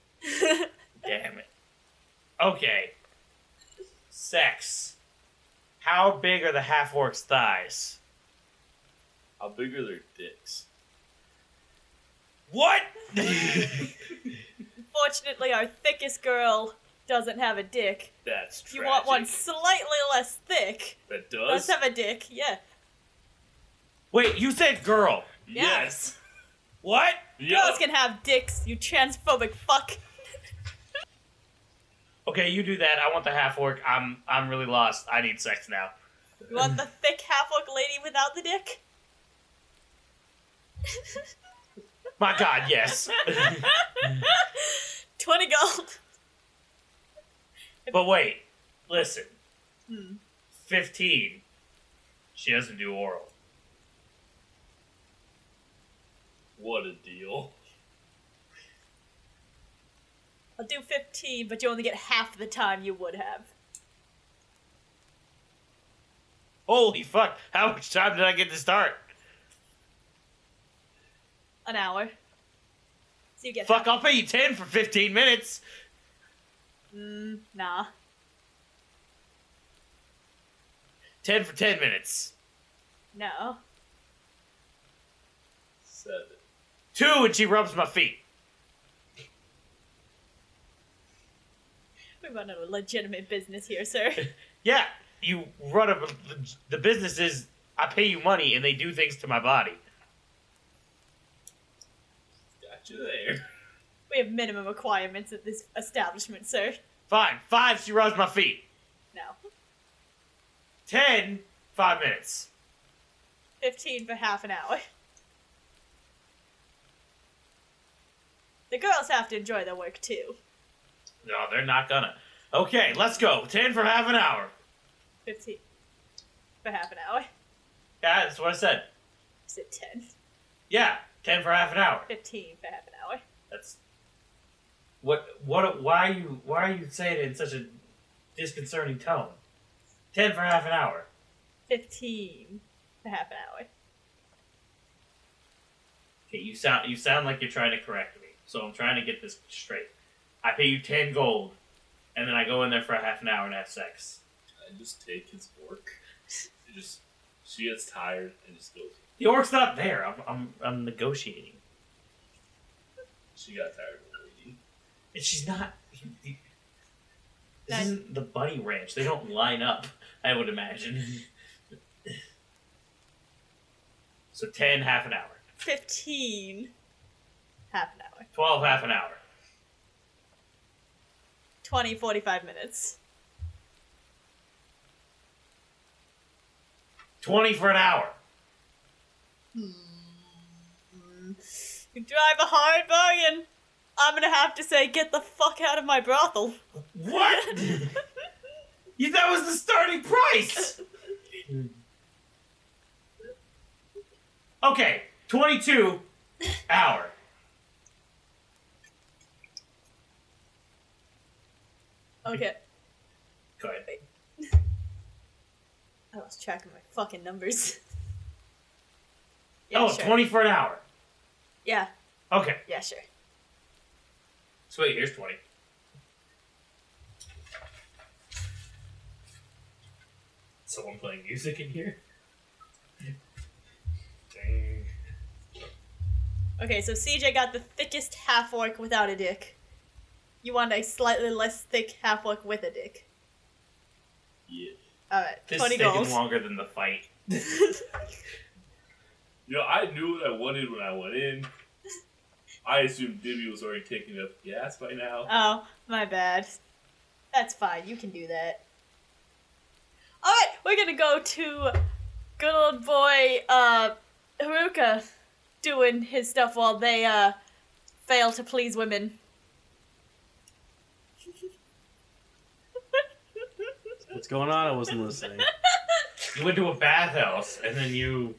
Speaker 1: Damn it. Okay. Sex. How big are the half orc's thighs?
Speaker 5: How big are their dicks?
Speaker 1: What?
Speaker 4: Fortunately, our thickest girl doesn't have a dick.
Speaker 5: That's
Speaker 4: If
Speaker 5: tragic.
Speaker 4: you want one slightly less thick,
Speaker 5: that
Speaker 4: let's
Speaker 5: does?
Speaker 4: have a dick. Yeah.
Speaker 1: Wait, you said girl.
Speaker 5: yes.
Speaker 1: What?
Speaker 4: Girls can have dicks, you transphobic fuck.
Speaker 1: Okay, you do that. I want the half orc. I'm I'm really lost. I need sex now.
Speaker 4: You want the thick half orc lady without the dick?
Speaker 1: My god, yes.
Speaker 4: 20 gold.
Speaker 1: but wait. Listen. 15. She doesn't do oral.
Speaker 5: What a deal.
Speaker 4: I'll do 15, but you only get half the time you would have.
Speaker 1: Holy fuck. How much time did I get to start?
Speaker 4: An hour. So you get.
Speaker 1: Fuck, I'll pay you 10 for 15 minutes.
Speaker 4: Mm, nah.
Speaker 1: 10 for 10 minutes.
Speaker 4: No.
Speaker 5: Seven.
Speaker 1: Two, and she rubs my feet.
Speaker 4: We run a legitimate business here, sir.
Speaker 1: Yeah, you run a the business is I pay you money and they do things to my body.
Speaker 5: Got you there.
Speaker 4: we have minimum requirements at this establishment, sir.
Speaker 1: Fine, five. She rubs my feet.
Speaker 4: No.
Speaker 1: Ten, five minutes.
Speaker 4: 15 for half an hour. The girls have to enjoy their work too.
Speaker 1: No, they're not gonna. Okay, let's go. Ten for half an hour.
Speaker 4: Fifteen. For half an hour.
Speaker 1: Yeah, that's what I said.
Speaker 4: Is it ten?
Speaker 1: Yeah, ten for half an hour.
Speaker 4: Fifteen for half an hour.
Speaker 1: That's what. What? Why are you? Why are you saying it in such a disconcerting tone? Ten for half an hour.
Speaker 4: Fifteen for half an hour.
Speaker 1: Okay, you sound. You sound like you're trying to correct me. So I'm trying to get this straight. I pay you ten gold, and then I go in there for a half an hour and have sex.
Speaker 5: I just take his work. It just she gets tired and just goes.
Speaker 1: The orc's not there. I'm. I'm. I'm negotiating.
Speaker 5: She got tired of waiting.
Speaker 1: And she's not. This
Speaker 4: Nice.
Speaker 1: isn't the bunny ranch. They don't line up, I would imagine. so 10, half an hour.
Speaker 4: Fifteen. Half an hour.
Speaker 1: 12, half an hour.
Speaker 4: 20, 45 minutes.
Speaker 1: 20 for an hour.
Speaker 4: Hmm. You drive a hard bargain. I'm gonna have to say, get the fuck out of my brothel.
Speaker 1: What? You- that was the starting price! Okay, 22 hour.
Speaker 4: Okay.
Speaker 1: Go ahead.
Speaker 4: I lost track of my fucking numbers.
Speaker 1: oh, 20 for an hour.
Speaker 4: Yeah,
Speaker 1: Okay.
Speaker 4: yeah, sure.
Speaker 1: Sweet, here's 20. Someone playing music in here? Dang.
Speaker 4: Okay, so CJ got the thickest half orc without a dick. You want a slightly less thick half orc with a dick.
Speaker 5: Yeah.
Speaker 4: Alright,
Speaker 1: This is
Speaker 4: 20
Speaker 1: taking
Speaker 4: goals.
Speaker 1: longer than the fight.
Speaker 5: You know, I knew what I wanted when I went in. I assumed Dibby was already taking up gas by now.
Speaker 1: Uh.
Speaker 4: Oh, my bad. That's fine, you can do that. Alright, we're gonna go to good old boy, uh, Haruka doing his stuff while they, uh, fail to please women.
Speaker 2: What's going on? I wasn't listening.
Speaker 1: You went to a bathhouse and then you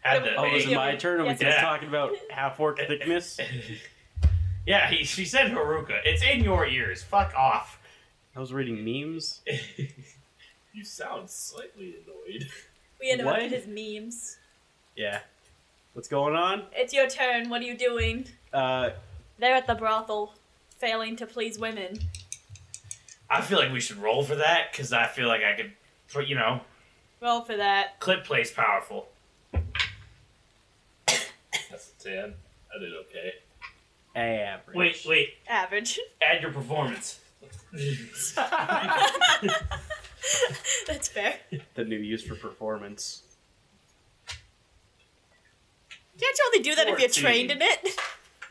Speaker 1: had the.
Speaker 2: Oh, was it
Speaker 4: Yeah,
Speaker 2: my turn? Are we
Speaker 4: yes,
Speaker 2: just
Speaker 1: yes.
Speaker 2: talking about half orc thickness?
Speaker 1: yeah, he, she said Haruka. It's in your ears. Fuck off.
Speaker 2: I was reading memes.
Speaker 5: You sound slightly annoyed.
Speaker 4: We interrupted
Speaker 2: What?
Speaker 4: his memes.
Speaker 2: Yeah. What's going on?
Speaker 4: It's your turn, what are you doing?
Speaker 2: Uh,
Speaker 4: They're at the brothel, failing to please women.
Speaker 1: I feel like we should roll for that because I feel like I could, you know,
Speaker 4: Roll for that.
Speaker 1: clip plays powerful.
Speaker 5: That's a ten. I did okay.
Speaker 2: average.
Speaker 1: Wait, wait.
Speaker 4: Average.
Speaker 1: Add your performance.
Speaker 4: That's fair.
Speaker 2: The new use for performance.
Speaker 4: Can't you only do that if you're
Speaker 1: 14.
Speaker 4: trained in it?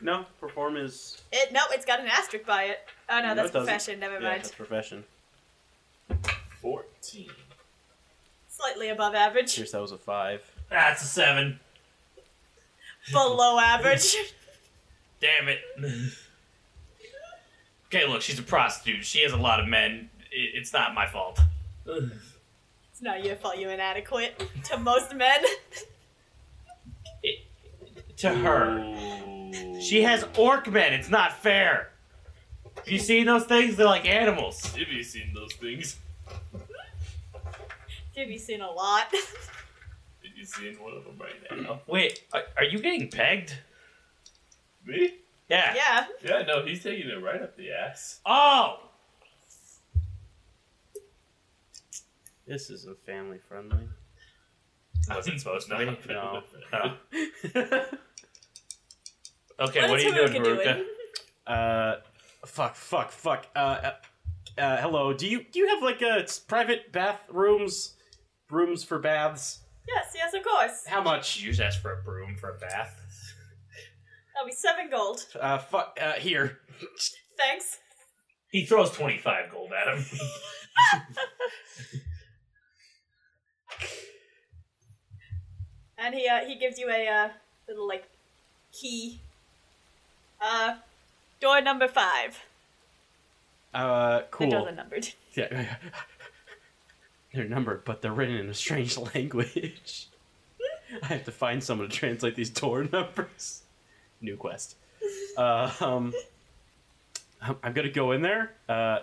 Speaker 2: No, perform is.
Speaker 4: it? No, it's got an asterisk by it. Oh no,
Speaker 2: No,
Speaker 4: that's
Speaker 2: it doesn't.
Speaker 4: profession, never
Speaker 2: Yeah,
Speaker 4: mind.
Speaker 2: that's profession.
Speaker 5: Fourteen.
Speaker 4: Slightly above average,
Speaker 2: Cheers, that was a five.
Speaker 1: That's a seven.
Speaker 4: below average.
Speaker 1: Damn it. okay, look, she's a prostitute. She has a lot of men. It, it's not my fault.
Speaker 4: it's not your fault you're inadequate to most men.
Speaker 1: To her. She has orc men. It's not fair. Have you seen those things? They're like animals.
Speaker 5: Dibby's seen those things.
Speaker 4: You've seen a lot.
Speaker 5: Did you see one of them right now?
Speaker 1: Wait, are, are you getting pegged?
Speaker 5: Me?
Speaker 1: Yeah.
Speaker 4: yeah.
Speaker 5: Yeah, no, he's taking it right up the ass.
Speaker 1: Oh!
Speaker 2: This isn't family friendly.
Speaker 1: Wasn't supposed to be.
Speaker 2: No.
Speaker 1: No. Okay, what,
Speaker 4: What
Speaker 1: are
Speaker 4: is
Speaker 1: you doing,
Speaker 4: Haruka doing?
Speaker 1: Haruka?
Speaker 2: Uh, fuck, fuck, fuck. Uh, uh, uh, hello. Do you do you have like a s- private bathrooms, rooms for baths?
Speaker 4: Yes, yes, of course.
Speaker 2: How much?
Speaker 1: You just asked for a broom for a bath.
Speaker 4: That'll be seven gold.
Speaker 2: Uh, fuck. Uh, here.
Speaker 4: Thanks.
Speaker 1: He throws 25 gold at him.
Speaker 4: And he uh, he gives you a uh, little like key. Uh, Door number five.
Speaker 2: Uh, cool.
Speaker 4: The doors are numbered.
Speaker 2: Yeah. they're numbered, but they're written in a strange language. I have to find someone to translate these door numbers. New quest. Uh, um, I'm, I'm gonna go in there, uh,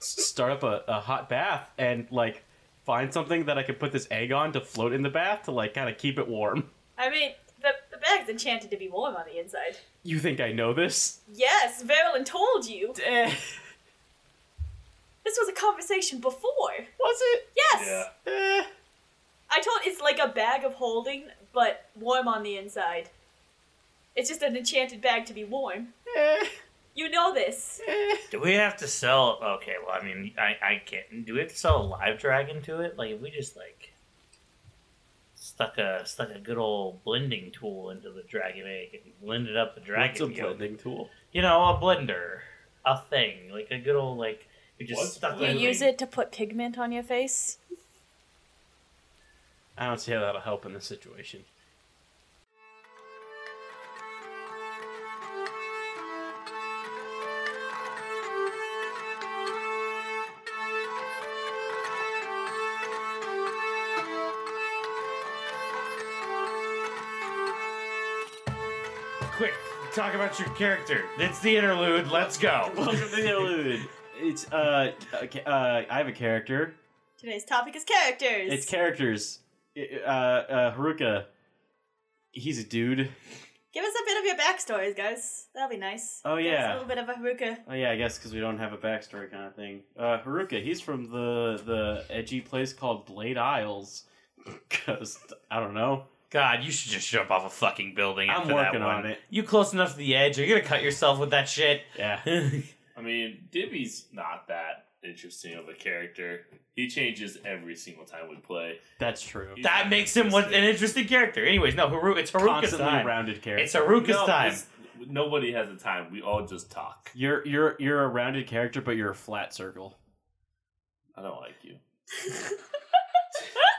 Speaker 2: s- start up a, a hot bath, and like find something that I can put this egg on to float in the bath to like kind of keep it warm.
Speaker 4: I mean, the, the bag's enchanted to be warm on the inside.
Speaker 2: You think I know this?
Speaker 4: Yes, Verilyn told you.
Speaker 2: Eh,
Speaker 4: This was a conversation before.
Speaker 2: was it?
Speaker 4: Yes!
Speaker 5: Yeah.
Speaker 2: Eh.
Speaker 4: I told it's like a bag of holding, but warm on the inside. It's just an enchanted bag to be warm.
Speaker 2: eh,
Speaker 4: You know this.
Speaker 2: eh.
Speaker 1: Do we have to sell? Okay, well, I mean, I, I can't. Do we have to sell a live dragon to it? Like, if we just like stuck a stuck a good old blending tool into the dragon eh, egg and blended up the
Speaker 2: What's a
Speaker 1: dragon yolk.
Speaker 2: blending tool?
Speaker 1: You know, a blender, a thing, like a good old like. You just
Speaker 5: What's
Speaker 1: stuck
Speaker 5: You
Speaker 1: it-
Speaker 5: blending? use
Speaker 4: it to put pigment on your face?
Speaker 2: I don't see how that'll help in this situation.
Speaker 1: Quick, talk about your character. It's the interlude. Let's go.
Speaker 2: Welcome to the interlude. It's uh, okay, uh, I have a character.
Speaker 4: Today's topic is characters.
Speaker 2: It's characters. Uh, uh, Haruka. He's a dude.
Speaker 4: Give us a bit of your backstories, guys. That'll be nice.
Speaker 2: Oh,
Speaker 4: Give us
Speaker 2: yeah.
Speaker 4: a little bit of a Haruka.
Speaker 2: Oh yeah, I guess because we don't have a backstory kind of thing. Uh, Haruka. He's from the the edgy place called Blade Isles. Cause I don't know.
Speaker 1: God, you should just jump off a fucking building.
Speaker 2: I'm
Speaker 1: after
Speaker 2: working
Speaker 1: that one.
Speaker 2: on it.
Speaker 1: You close enough to the edge. You're gonna cut yourself with that shit.
Speaker 2: Yeah.
Speaker 5: I mean, Dibby's not that interesting of a character. He changes every single time we play.
Speaker 2: That's true.
Speaker 5: He's
Speaker 1: That
Speaker 5: not
Speaker 1: makes him what an interesting character. Anyways, no, Haru, it's Haruka's
Speaker 2: Constantly
Speaker 1: time.
Speaker 2: rounded character.
Speaker 1: It's Haruka's
Speaker 5: No,
Speaker 1: time.
Speaker 5: it's- Nobody has a time. We all just talk.
Speaker 2: you're you're you're a rounded character, but you're a flat circle.
Speaker 5: I don't like you.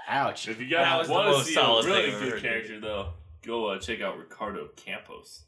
Speaker 2: Ouch.
Speaker 5: If you
Speaker 1: That
Speaker 5: guys
Speaker 1: was the
Speaker 5: want to
Speaker 1: most
Speaker 5: see a
Speaker 1: solid
Speaker 5: really
Speaker 1: thing I've ever
Speaker 5: good
Speaker 1: heard.
Speaker 5: character, though, go uh, check out Ricardo Campos.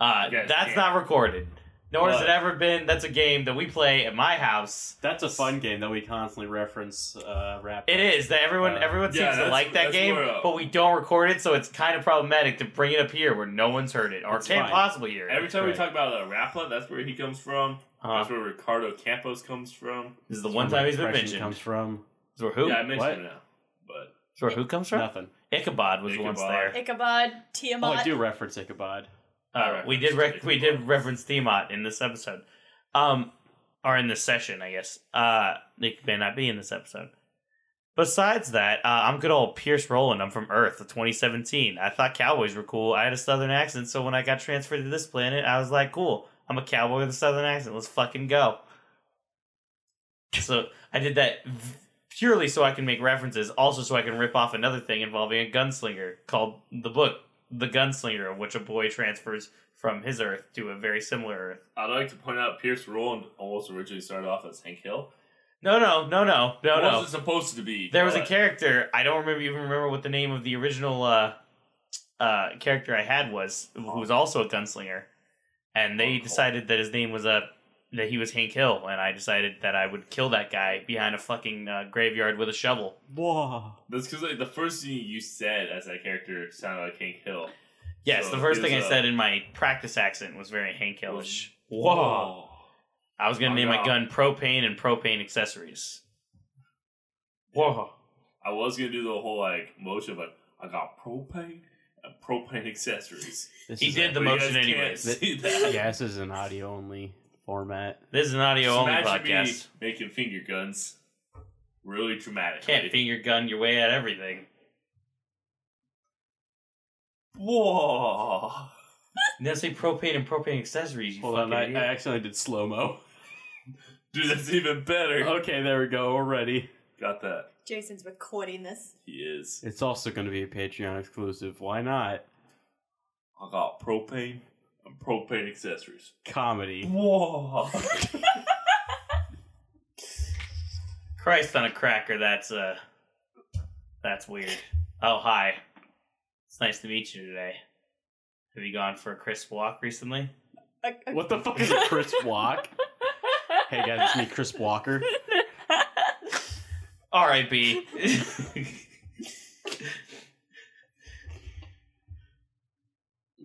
Speaker 1: Uh,
Speaker 5: You guys
Speaker 1: that's
Speaker 5: can't.
Speaker 1: not recorded. Nor has
Speaker 5: What?
Speaker 1: it ever been. That's a game that we play at my house.
Speaker 2: That's a fun game that we constantly reference. Uh, rap.
Speaker 1: It is that everyone
Speaker 2: Uh,
Speaker 1: everyone
Speaker 5: yeah,
Speaker 1: seems to
Speaker 5: that's-
Speaker 1: like that
Speaker 5: that's
Speaker 1: game,
Speaker 5: where, uh,
Speaker 1: but we don't record it, so it's kind of problematic to bring it up here where no one's heard it or
Speaker 2: It's
Speaker 1: can't
Speaker 2: fine.
Speaker 1: possibly hear it.
Speaker 5: Every time we
Speaker 2: right.
Speaker 5: talk about uh, Rapla, that's where he comes from.
Speaker 1: Uh,
Speaker 5: That's where Ricardo Campos comes from.
Speaker 1: this is the one time he's been
Speaker 2: Depression
Speaker 1: mentioned.
Speaker 2: comes from
Speaker 1: It's where who?
Speaker 5: yeah, I mentioned
Speaker 2: what?
Speaker 5: it now. But
Speaker 1: It's where who comes from?
Speaker 2: nothing.
Speaker 1: Ichabod was once
Speaker 5: Ichabod.
Speaker 1: there.
Speaker 4: Ichabod, Tiamat.
Speaker 2: Oh, I do reference Ichabod.
Speaker 1: Uh, we did rec- we did reference Tiamat in this episode, um, or in this session, I guess. Uh, it may not be in this episode. Besides that, uh, I'm good old Pierce Rowland. I'm from Earth, 2017. I thought cowboys were cool. I had a southern accent, so when I got transferred to this planet, I was like, "Cool, I'm a cowboy with a southern accent. Let's fucking go." So I did that v- purely so I can make references, also so I can rip off another thing involving a gunslinger called the book the gunslinger, in which a boy transfers from his Earth to a very similar Earth.
Speaker 5: I'd like to point out Pierce Roland almost originally started off as Hank Hill.
Speaker 1: No, no, no, no, no,
Speaker 5: wasn't
Speaker 1: no.
Speaker 5: supposed to be.
Speaker 1: There was a
Speaker 5: but-
Speaker 1: character I don't remember even remember what the name of the original uh, uh, character I had was, who
Speaker 5: Uh-huh.
Speaker 1: was also a gunslinger, and they decided that his name was uh, that he was Hank Hill, and I decided that I would kill that guy behind a fucking uh, graveyard with a shovel.
Speaker 2: Whoa.
Speaker 5: That's because like, the first thing you said as that character sounded like Hank Hill.
Speaker 1: Yes,
Speaker 5: So
Speaker 1: the first
Speaker 5: he was,
Speaker 1: thing I
Speaker 5: uh,
Speaker 1: said in my practice accent was very Hank Hillish. I was gonna
Speaker 5: Oh,
Speaker 1: name my
Speaker 5: God.
Speaker 1: gun propane and propane accessories. Whoa.
Speaker 5: I was gonna do the whole like motion, but I got propane and propane accessories.
Speaker 2: This
Speaker 1: He
Speaker 2: is
Speaker 1: did
Speaker 2: a-
Speaker 1: The
Speaker 5: But you
Speaker 1: motion
Speaker 5: guys can't
Speaker 1: anyways.
Speaker 5: see that.
Speaker 2: yeah, this is an audio only format.
Speaker 1: This is an audio
Speaker 5: Just
Speaker 1: only
Speaker 5: imagine me
Speaker 1: podcast.
Speaker 5: making finger guns, really dramatic.
Speaker 1: Can't finger gun your way at everything.
Speaker 5: Whoa!
Speaker 1: Now say propane and propane accessories. You
Speaker 2: Hold on, I,
Speaker 1: fucking
Speaker 2: I
Speaker 1: idiot.
Speaker 2: accidentally did slow mo.
Speaker 5: Dude, that's even better.
Speaker 1: Oh.
Speaker 2: Okay, there we go. We're ready.
Speaker 5: Got that?
Speaker 4: Jason's recording this.
Speaker 5: He is.
Speaker 2: It's also going to be a Patreon exclusive. Why not?
Speaker 5: I got propane and propane accessories.
Speaker 2: Comedy.
Speaker 5: Whoa!
Speaker 1: Christ on a cracker. That's uh, that's weird. Oh hi, it's nice to meet you today. Have you gone for a crisp walk recently?
Speaker 4: A, a,
Speaker 6: What the fuck is a crisp walk? hey guys, it's me, Crisp Walker.
Speaker 1: R.I.B.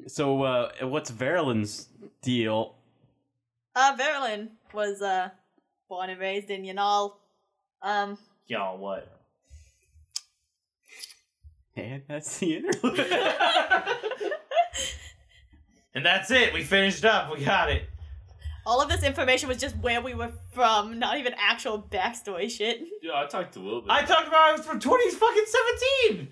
Speaker 6: So, uh, what's Verulin's deal?
Speaker 4: uh, Verilyn was uh, born and raised in Yanal. Um,
Speaker 1: Y'all, what?
Speaker 6: And that's the interlude.
Speaker 1: And that's it. We finished up. We got it.
Speaker 4: all of this information was just where we were from, not even actual backstory shit.
Speaker 5: Yeah, I talked a little bit.
Speaker 1: I talked about I was from 20 fucking 17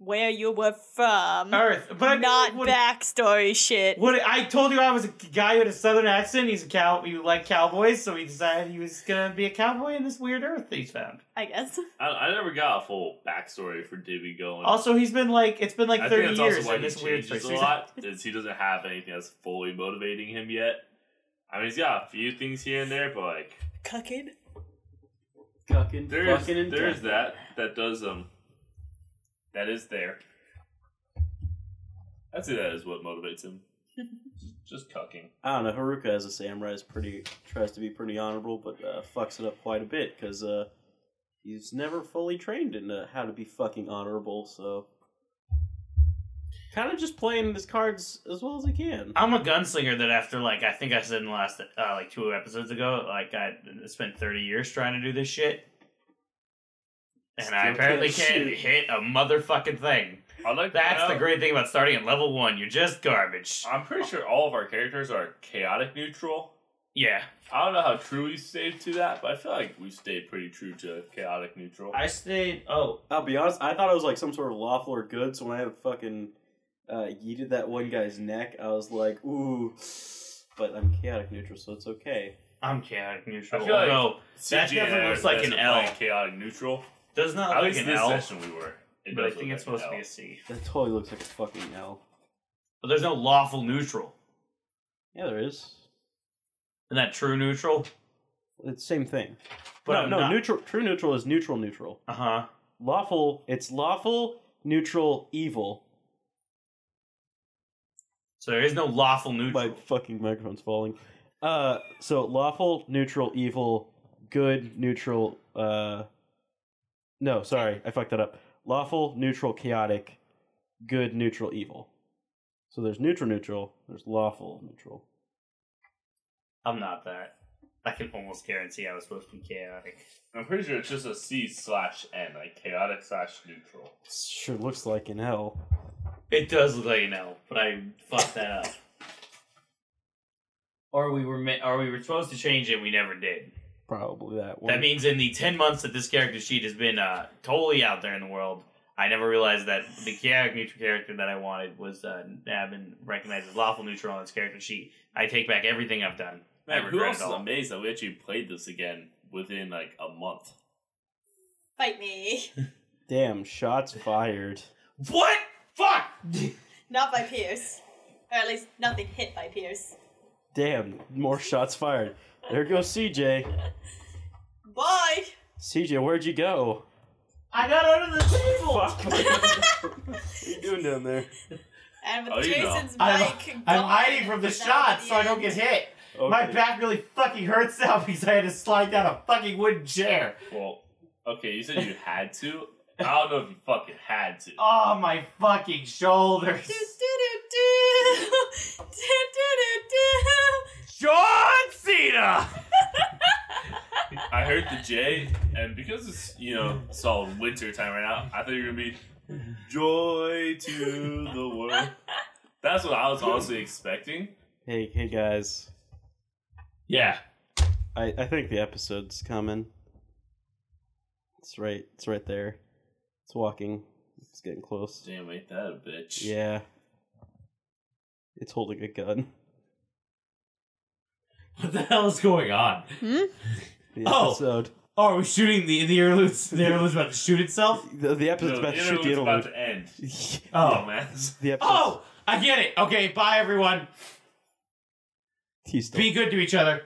Speaker 4: Where you were from,
Speaker 1: Earth, but I
Speaker 4: not
Speaker 1: what,
Speaker 4: backstory shit.
Speaker 1: What I told you, I was a guy who had a southern accent. He's a cow. He liked cowboys, so he decided he was gonna be a cowboy in this weird Earth that he's found.
Speaker 4: I guess.
Speaker 5: I, I never got a full backstory for Dibby going.
Speaker 1: Also, he's been like it's been like
Speaker 5: I think
Speaker 1: thirty
Speaker 5: that's
Speaker 1: years
Speaker 5: also why
Speaker 1: in
Speaker 5: he
Speaker 1: this weird
Speaker 5: changes
Speaker 1: place.
Speaker 5: a lot. Is he doesn't have anything that's fully motivating him yet. I mean, he's got a few things here and there, but like
Speaker 4: Cucking.
Speaker 6: Cucking,
Speaker 5: there's
Speaker 6: fucking, and
Speaker 5: there's
Speaker 6: cucking.
Speaker 5: that that does um that is there. I'd say that is what motivates him. Just cucking.
Speaker 2: I don't know. Haruka as a samurai is pretty tries to be pretty honorable, but uh, fucks it up quite a bit because uh, he's never fully trained in uh, how to be fucking honorable. So kind of just playing his cards as well as he can.
Speaker 1: I'm a gunslinger that after like I think I said in the last uh, like two episodes ago, like I spent 30 years trying to do this shit, and I
Speaker 2: Still
Speaker 1: apparently
Speaker 2: can't
Speaker 1: can't
Speaker 2: shoot.
Speaker 1: hit a motherfucking thing.
Speaker 5: I like to
Speaker 1: That's
Speaker 5: point
Speaker 1: the
Speaker 5: out-
Speaker 1: great thing about starting at level one. You're just garbage.
Speaker 5: I'm pretty sure all of our characters are chaotic neutral.
Speaker 1: Yeah,
Speaker 5: I don't know how true we stayed to that, but I feel like we stayed pretty true to chaotic neutral.
Speaker 1: I stayed. Oh,
Speaker 2: I'll be honest. I thought it was like some sort of lawful or good. So when I fucking uh, yeeted that one guy's neck, I was like, ooh. But I'm chaotic neutral, so it's okay.
Speaker 1: I'm chaotic neutral.
Speaker 5: I feel like-
Speaker 1: Although, That
Speaker 5: CGI
Speaker 1: definitely looks like an
Speaker 5: doesn't
Speaker 1: L.
Speaker 5: play Chaotic neutral.
Speaker 1: does not
Speaker 5: At
Speaker 1: look like
Speaker 5: least
Speaker 1: an
Speaker 5: this
Speaker 1: L,
Speaker 5: session we were. It
Speaker 1: but I
Speaker 5: does
Speaker 1: think
Speaker 5: look
Speaker 1: it's
Speaker 5: like an
Speaker 1: supposed to be
Speaker 5: L.
Speaker 1: a C.
Speaker 2: That totally looks like a fucking L.
Speaker 1: But there's no lawful neutral.
Speaker 2: Yeah, there is.
Speaker 1: Isn't that true neutral?
Speaker 2: It's same thing.
Speaker 1: But
Speaker 2: no,
Speaker 1: I'm
Speaker 2: no,
Speaker 1: not-
Speaker 2: neutral. True neutral is neutral neutral.
Speaker 1: Uh huh.
Speaker 2: Lawful. It's lawful neutral evil.
Speaker 1: So there is no lawful neutral.
Speaker 2: My fucking microphone's falling. Uh, so lawful neutral evil, good neutral. Uh, no, sorry, I fucked that up. Lawful neutral chaotic, good neutral evil. So there's neutral neutral. There's lawful neutral.
Speaker 1: I'm not that. I can almost guarantee I was supposed to be chaotic.
Speaker 5: I'm pretty sure it's just a C slash N, like chaotic slash neutral.
Speaker 2: Sure looks like an L.
Speaker 1: It does look like an L, but I fucked that up. Or we were ma- or we were supposed to change it, we never did.
Speaker 2: Probably that one.
Speaker 1: That means in the ten months that this character sheet has been uh, totally out there in the world, I never realized that the chaotic neutral character that I wanted was uh, now been recognized as lawful neutral on this character sheet. I take back everything I've done. I
Speaker 5: Man, who
Speaker 1: regret
Speaker 5: else
Speaker 1: it
Speaker 5: is
Speaker 1: all.
Speaker 5: amazed that we actually played this again within like a month?
Speaker 4: Fight me.
Speaker 2: Damn, shots fired.
Speaker 1: What? Fuck!
Speaker 4: not by Pierce. Or at least nothing hit by Pierce.
Speaker 2: Damn, more shots fired. There goes CJ.
Speaker 4: Bye!
Speaker 2: CJ, where'd you go?
Speaker 1: I got under the table.
Speaker 2: Fuck. what are you doing down there?
Speaker 4: And with
Speaker 5: Oh, you know.
Speaker 4: Jason's
Speaker 1: I'm,
Speaker 4: mic.
Speaker 1: I'm
Speaker 4: gone,
Speaker 1: hiding from the
Speaker 4: it's not
Speaker 1: shots so I don't
Speaker 4: the
Speaker 1: get
Speaker 4: end.
Speaker 1: hit. My back really fucking hurts now because I had to slide down a fucking wooden chair.
Speaker 5: Well, okay, you said you had to. I don't know if you fucking had to.
Speaker 1: Oh, my fucking shoulders.
Speaker 4: Do, do, do, do. Do, do, do,
Speaker 1: John Cena!
Speaker 5: I heard the J, and because it's you know it's all winter time right now, I thought you were gonna be joy to the world. That's what I was honestly expecting.
Speaker 2: Hey, hey guys.
Speaker 5: Yeah,
Speaker 2: I, I think the episode's coming. It's right. It's right there. It's walking. It's getting close.
Speaker 5: damn, ain't that a bitch?
Speaker 2: Yeah. It's holding a gun.
Speaker 1: What the hell is going on?
Speaker 2: The
Speaker 1: Oh!
Speaker 2: episode.
Speaker 1: Oh, are we shooting the the interlude's the interlude's about to shoot itself?
Speaker 2: The, the episode's
Speaker 5: No,
Speaker 2: about to
Speaker 5: the
Speaker 2: shoot the
Speaker 5: interlude's about
Speaker 2: interlude.
Speaker 5: to end.
Speaker 1: Oh.
Speaker 5: Dumbass.
Speaker 2: The episode.
Speaker 1: Oh! I get it. Okay, bye everyone.
Speaker 2: He's still.
Speaker 1: Be good to each other.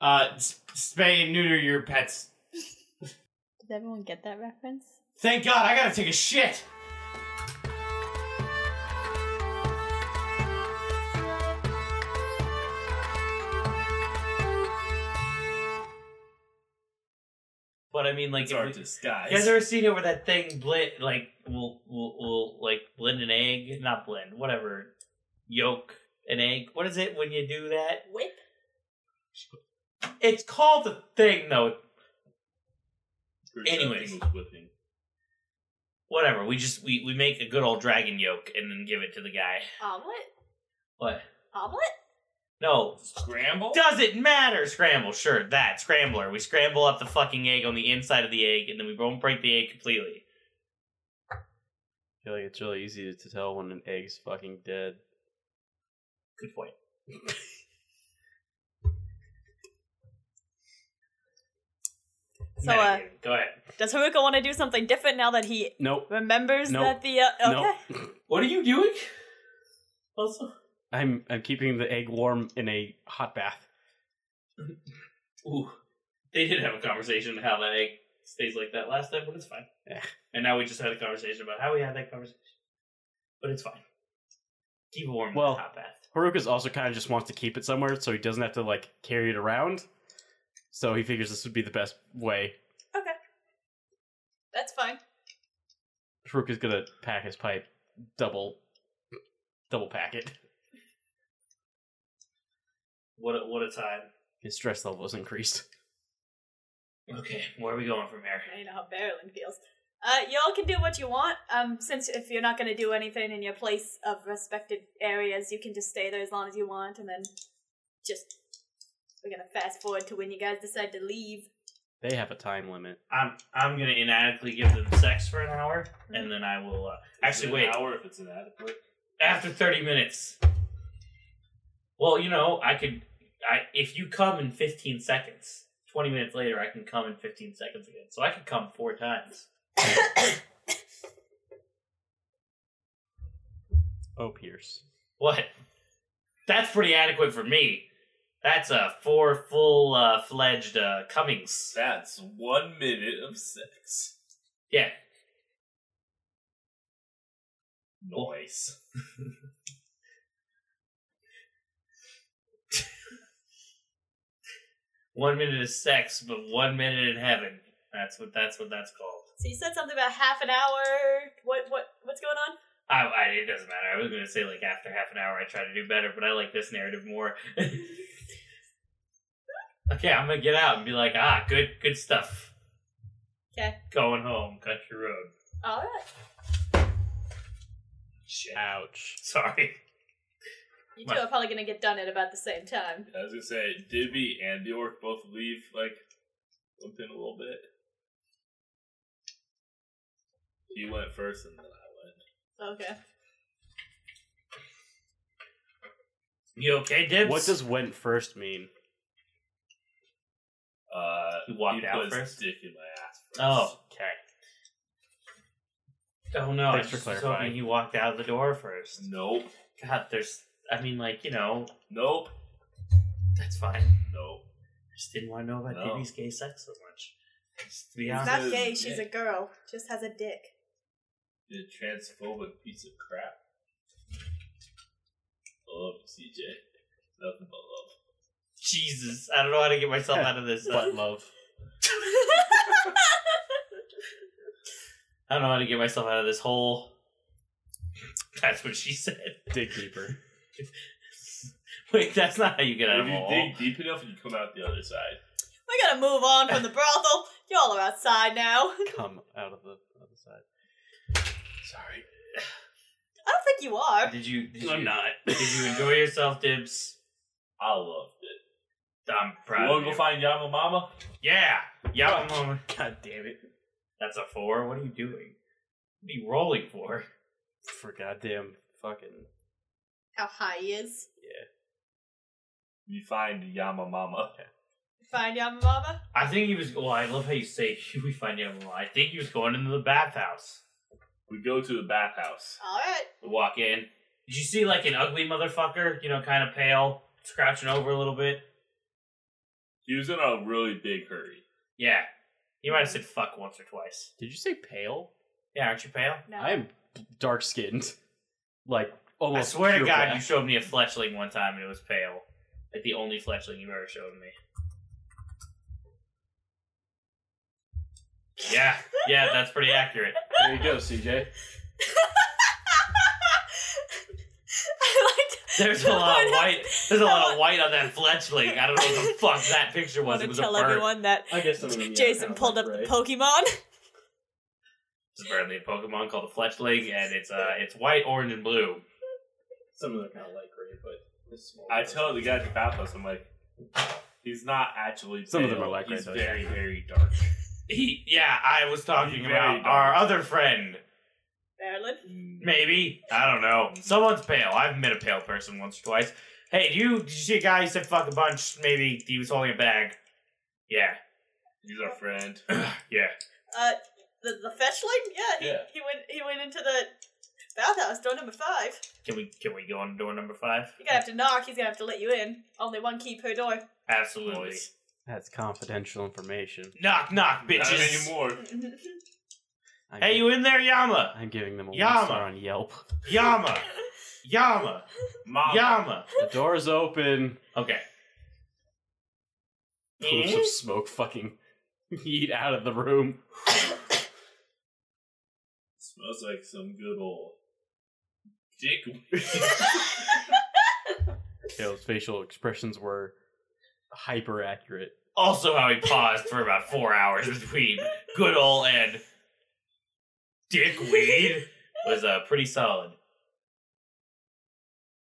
Speaker 1: Uh s- spay and neuter your pets.
Speaker 4: do. Did everyone get that reference?
Speaker 1: Thank God, I gotta take a shit. But I mean, like,
Speaker 5: It's
Speaker 1: if
Speaker 5: our
Speaker 1: we-
Speaker 5: disguise.
Speaker 1: you guys ever seen it where that thing blend, like, will will will like blend an egg? Not blend, whatever. Yolk an egg. What is it when you do that?
Speaker 7: Whip.
Speaker 1: It's called a thing, though.
Speaker 5: Pretty sure that
Speaker 1: anyways.
Speaker 5: thing was whipping.
Speaker 1: Whatever. We just we we make a good old dragon yolk and then give it to the guy.
Speaker 7: Omelet?
Speaker 1: What?
Speaker 7: Omelet?
Speaker 1: No,
Speaker 5: Scramble?
Speaker 1: Doesn't matter. Scramble, sure, that scrambler. We scramble up the fucking egg on the inside of the egg, and then we won't break the egg completely.
Speaker 2: feel like it's really easy to tell when an egg's fucking dead.
Speaker 1: Good point.
Speaker 4: So, uh,
Speaker 1: Metagame. go ahead.
Speaker 4: Does Haruka want to do something different now that he
Speaker 2: Nope.
Speaker 4: remembers that
Speaker 2: Nope.
Speaker 4: the uh, okay?
Speaker 2: Nope.
Speaker 1: What are you doing? Also,
Speaker 2: I'm I'm keeping the egg warm in a hot bath.
Speaker 1: ooh, they did have a conversation about how that egg stays like that last time, but it's fine.
Speaker 2: Yeah.
Speaker 1: And now we just had a conversation about how we had that conversation, but it's fine. Keep it warm
Speaker 2: Well-
Speaker 1: in the hot bath.
Speaker 2: Haruka's also kind of just wants to keep it somewhere so he doesn't have to like carry it around. So he figures this would be the best way.
Speaker 7: That's fine.
Speaker 2: Haruka's gonna pack his pipe double double pack it.
Speaker 1: What a, what a time.
Speaker 2: His stress level is increased.
Speaker 1: Okay, where are we going from here?
Speaker 4: I know how barreling feels. Uh, y'all can do what you want. Um, since if you're not gonna do anything in your place of respected areas, you can just stay there as long as you want, and then just we're gonna fast forward to when you guys decide to leave.
Speaker 2: They have a time limit.
Speaker 1: I'm I'm gonna inadequately give them sex for an hour, and then I will. Uh,
Speaker 5: Is it
Speaker 1: actually,
Speaker 5: Mm-hmm. an
Speaker 1: wait.
Speaker 5: hour if it's inadequate.
Speaker 1: After thirty minutes. Well, you know, I could. I if you come in fifteen seconds, twenty minutes later, I can come in fifteen seconds again. So I could come four times.
Speaker 2: Oh Pierce.
Speaker 1: What? That's pretty adequate for me. That's uh, four full uh, fledged uh, Cummings.
Speaker 5: That's one minute of sex.
Speaker 1: Yeah.
Speaker 5: Noise.
Speaker 1: One minute is sex, but one minute in heaven. That's what that's what that's called.
Speaker 4: So you said something about half an hour. What what what's going on?
Speaker 1: I, I it doesn't matter. I was gonna say like after half an hour I try to do better, but I like this narrative more. okay, I'm gonna get out and be like, ah, good good stuff.
Speaker 4: 'Kay.
Speaker 1: Going home, country road.
Speaker 4: All right,
Speaker 1: Shit.
Speaker 2: Ouch.
Speaker 1: Sorry.
Speaker 4: you two are probably gonna get done at about the same time.
Speaker 5: I was gonna say, Dibby and the orc both leave like within a little bit. He went first, and then I went.
Speaker 4: Okay.
Speaker 1: You okay, Dibs?
Speaker 2: What does went first mean?
Speaker 5: Uh,
Speaker 1: He walked
Speaker 5: he
Speaker 1: out
Speaker 5: put his
Speaker 1: first?
Speaker 5: Dick in my ass. First.
Speaker 1: Oh.
Speaker 2: Okay.
Speaker 1: Oh no,
Speaker 2: Thanks
Speaker 1: I
Speaker 2: for
Speaker 1: just was hoping
Speaker 2: clarifying.
Speaker 1: he walked out of the door first.
Speaker 5: Nope.
Speaker 1: God, there's I mean like, you know,
Speaker 5: Nope.
Speaker 1: that's fine.
Speaker 5: Nope.
Speaker 1: I just didn't want to know about
Speaker 5: No.
Speaker 1: Dibby's gay sex so much. Just to be
Speaker 4: She's
Speaker 1: honest.
Speaker 4: not
Speaker 5: Is
Speaker 4: gay.
Speaker 5: it-
Speaker 4: She's a girl. Just has a dick.
Speaker 5: You transphobic piece of crap. I love you, CJ. Nothing but love.
Speaker 1: Jesus. I don't know how to get myself out of this. uh,
Speaker 2: Butt love.
Speaker 1: I don't know how to get myself out of this hole. That's what she said.
Speaker 2: Dig deeper.
Speaker 1: Wait, that's not how you get out of
Speaker 5: if
Speaker 1: a
Speaker 5: you
Speaker 1: hole.
Speaker 5: dig deep enough, you come out the other side.
Speaker 4: We're gonna move on from the brothel. Y'all are outside now.
Speaker 2: Come out of the other side. Sorry.
Speaker 4: I don't think you are.
Speaker 1: Did you? Did
Speaker 2: I'm
Speaker 1: you,
Speaker 2: not.
Speaker 1: Did you enjoy yourself, Dibs?
Speaker 5: I loved it.
Speaker 1: I'm
Speaker 5: You
Speaker 1: proud.
Speaker 5: want
Speaker 1: Of
Speaker 5: to
Speaker 1: you.
Speaker 5: go find Yama Mama?
Speaker 1: yeah, yeah. Mama.
Speaker 2: God damn it.
Speaker 1: That's a four. What are you doing? What are you rolling for?
Speaker 2: For goddamn fucking
Speaker 4: How high he is?
Speaker 5: You find Yama Mama.
Speaker 4: Find your mama.
Speaker 1: I think he was. Well, I love how you say we find Yamama. I think he was going into the bathhouse.
Speaker 5: We go to the bathhouse.
Speaker 4: All right.
Speaker 1: We walk in. Did you see like an ugly motherfucker? You know, kind of pale, scrouching over a little bit.
Speaker 5: He was in a really big hurry.
Speaker 1: Yeah, he might have said fuck once or twice.
Speaker 2: Did you say pale?
Speaker 1: Yeah, aren't you pale?
Speaker 4: No.
Speaker 2: I am dark skinned. Like
Speaker 1: I
Speaker 2: almost.
Speaker 1: swear to
Speaker 2: pure
Speaker 1: God,
Speaker 2: black.
Speaker 1: you showed me a fletchling one time and it was pale. Like the only fletchling you've ever shown me. Yeah, yeah, that's pretty accurate.
Speaker 5: There you go, CJ.
Speaker 4: I liked
Speaker 1: There's a lot of white. There's a lot of white on that fledgling. I don't know what the fuck that picture was.
Speaker 4: want
Speaker 1: It
Speaker 4: to
Speaker 1: was a
Speaker 4: tell
Speaker 1: bird.
Speaker 4: everyone that
Speaker 7: I guess some of them, yeah,
Speaker 4: Jason
Speaker 7: kinda
Speaker 4: pulled
Speaker 7: like
Speaker 4: up the
Speaker 7: gray.
Speaker 4: Pokemon.
Speaker 1: It's apparently a Pokemon called a fledgling, and it's uh, it's white, orange, and blue.
Speaker 7: Some of them kind of like gray, but this small.
Speaker 5: I tell the guy at the bathhouse, I'm like, he's not actually.
Speaker 2: Some of them
Speaker 5: pale.
Speaker 2: are like
Speaker 5: He's
Speaker 2: gray, though,
Speaker 5: very, very dark.
Speaker 1: He, yeah, I was talking
Speaker 5: Very
Speaker 1: about
Speaker 5: dark.
Speaker 1: our other friend.
Speaker 4: Marilyn.
Speaker 1: Maybe I don't know. Someone's pale. I've met a pale person once or twice. Hey, do you did you see a guy who said fuck a bunch? Maybe he was holding a bag. Yeah,
Speaker 5: He's our friend.
Speaker 1: yeah.
Speaker 4: Uh, the the fetchling. Yeah, he,
Speaker 5: Yeah.
Speaker 4: he went he went into the bathhouse door number five.
Speaker 1: Can we can we go on door number five?
Speaker 4: You're gonna have to knock. He's gonna have to let you in. Only one key per door.
Speaker 1: Absolutely.
Speaker 5: Boys.
Speaker 2: That's confidential information.
Speaker 1: Knock knock,
Speaker 5: Not
Speaker 1: bitches.
Speaker 5: anymore.
Speaker 2: I'm
Speaker 1: Hey,
Speaker 2: gi-
Speaker 1: you in there, Yama?
Speaker 2: I'm giving them a
Speaker 1: Yama.
Speaker 2: one star on Yelp.
Speaker 1: Yama, Yama,
Speaker 5: Mom.
Speaker 1: Yama.
Speaker 2: The door's open.
Speaker 1: Okay.
Speaker 2: Poofs of smoke fucking eat out of the room.
Speaker 5: Smells like some good old dick.
Speaker 2: Caleb's facial expressions were hyper accurate.
Speaker 1: Also, how he paused for about four hours between good ol' and dickweed was uh, pretty solid.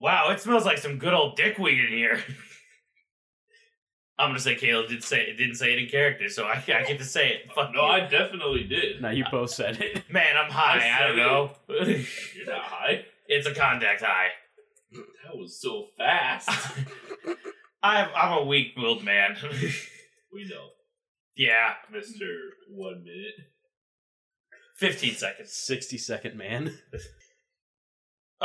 Speaker 1: Wow, it smells like some good old dickweed in here. I'm gonna say Caleb did say it didn't say it in character, so I, I get to say it. Fuck
Speaker 5: No,
Speaker 1: you.
Speaker 5: I definitely did.
Speaker 2: Now you both said it.
Speaker 1: man, I'm high.
Speaker 5: I
Speaker 1: I, don't
Speaker 5: said
Speaker 1: know.
Speaker 5: You're not high.
Speaker 1: it's a contact high.
Speaker 5: That was so fast.
Speaker 1: I'm I'm a weak-willed man.
Speaker 5: we know,
Speaker 1: yeah,
Speaker 5: Mister One Minute.
Speaker 1: 15 seconds.
Speaker 2: Sixty second man.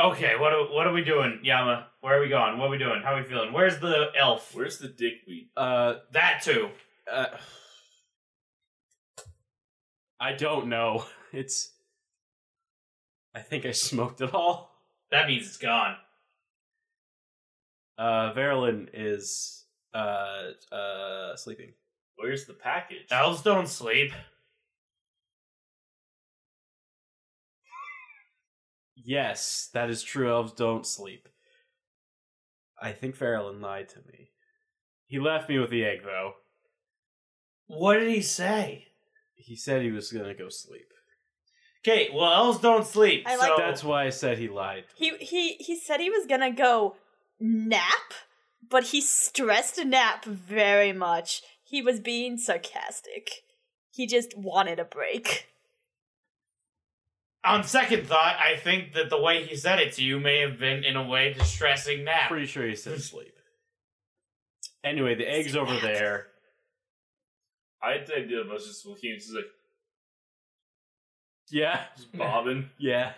Speaker 1: Okay, what are, what are we doing, Yama? Where are we going? What are we doing? How are we feeling? Where's the elf?
Speaker 5: Where's the dickweed?
Speaker 2: Uh,
Speaker 1: That too.
Speaker 2: uh I don't know. It's I think I smoked it all.
Speaker 1: That means it's gone.
Speaker 2: Uh Verilyn is uh uh sleeping.
Speaker 5: Where's the package?
Speaker 1: Elves don't sleep.
Speaker 2: Yes, that is true. Elves don't sleep. I think Verilyn lied to me. He left me with the egg though.
Speaker 1: What did he say?
Speaker 2: He said he was gonna go sleep.
Speaker 1: Okay, well, elves don't sleep.
Speaker 4: I like-
Speaker 1: so
Speaker 2: That's why I said he lied.
Speaker 4: He he he said he was gonna go nap, but he stressed nap very much. He was being sarcastic. He just wanted a break.
Speaker 1: on second thought, I think that the way he said it to you may have been in a way distressing nap.
Speaker 2: Pretty sure he said sleep. Anyway, the egg's over there.
Speaker 5: I had the idea of us just looking. She's like
Speaker 2: Yeah,
Speaker 5: just bobbing.
Speaker 2: yeah.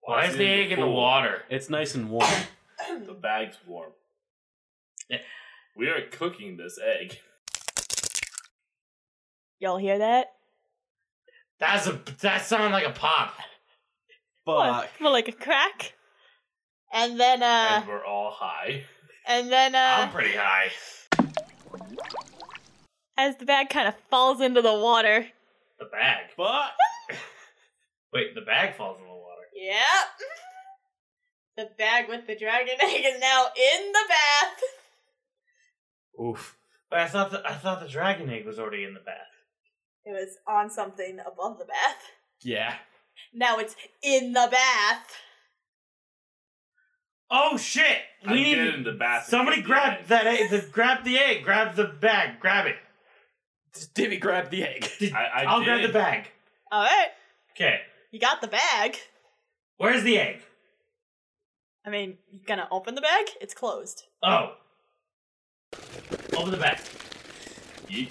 Speaker 1: Why is the egg in the
Speaker 5: pool?
Speaker 1: water?
Speaker 2: It's nice and warm.
Speaker 5: The bag's warm.
Speaker 1: Yeah.
Speaker 5: We are cooking this egg.
Speaker 4: Y'all hear that?
Speaker 1: That's a that sounded like a pop.
Speaker 2: Fuck.
Speaker 4: More like a crack. And then uh
Speaker 5: and we're all high.
Speaker 4: and then
Speaker 1: I'm
Speaker 4: uh
Speaker 1: pretty high.
Speaker 4: as the bag kind of falls into the water.
Speaker 1: The bag.
Speaker 2: Fuck.
Speaker 1: Wait, the bag falls in the water.
Speaker 4: Yep. The bag with the dragon egg is now in the bath.
Speaker 2: Oof.
Speaker 1: But I thought the, I thought the dragon egg was already in the bath.
Speaker 4: It was on something above the bath.
Speaker 2: Yeah.
Speaker 4: Now it's in the bath.
Speaker 1: Oh shit! We
Speaker 5: I
Speaker 1: need
Speaker 5: get in the bathroom.
Speaker 1: somebody grab that egg. The, grab the egg. Grab the bag. Grab it.
Speaker 2: Dibby grabbed the egg.
Speaker 5: I, I
Speaker 1: I'll grab
Speaker 5: did.
Speaker 1: the bag.
Speaker 4: All right,
Speaker 1: Okay.
Speaker 4: you got the bag.
Speaker 1: Where's the egg?
Speaker 4: I mean, you gonna open the bag? It's closed.
Speaker 1: Oh. Open the bag.
Speaker 5: Yeet.